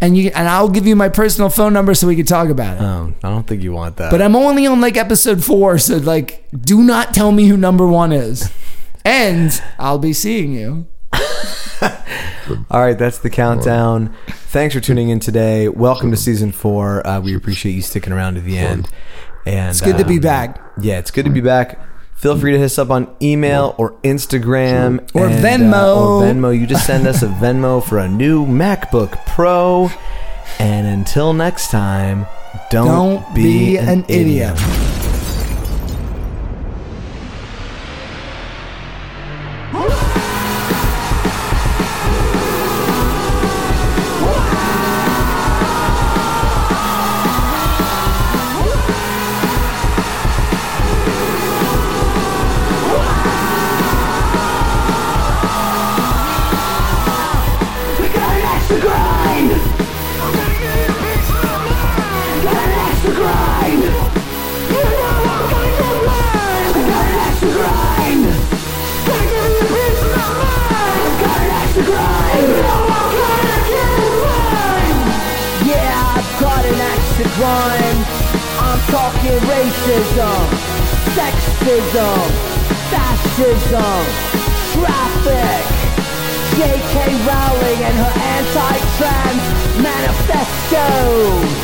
Speaker 3: And you and I'll give you my personal phone number so we can talk about it.
Speaker 5: Oh, I don't think you want that.
Speaker 3: But I'm only on like episode four, so like, do not tell me who number one is, and I'll be seeing you.
Speaker 5: All right, that's the countdown. Thanks for tuning in today. Welcome to season four. Uh, we appreciate you sticking around to the end. And it's
Speaker 3: good to be back.
Speaker 5: Yeah, it's good to be back. Feel free to hit us up on email or Instagram
Speaker 3: Or
Speaker 5: and, uh,
Speaker 3: Venmo.
Speaker 5: or Venmo. You just send us a Venmo for a new MacBook Pro. And until next time, don't,
Speaker 3: Don't be an idiot.
Speaker 6: to racism, sexism, fascism, traffic, J.K. Rowling and her anti-trans manifesto.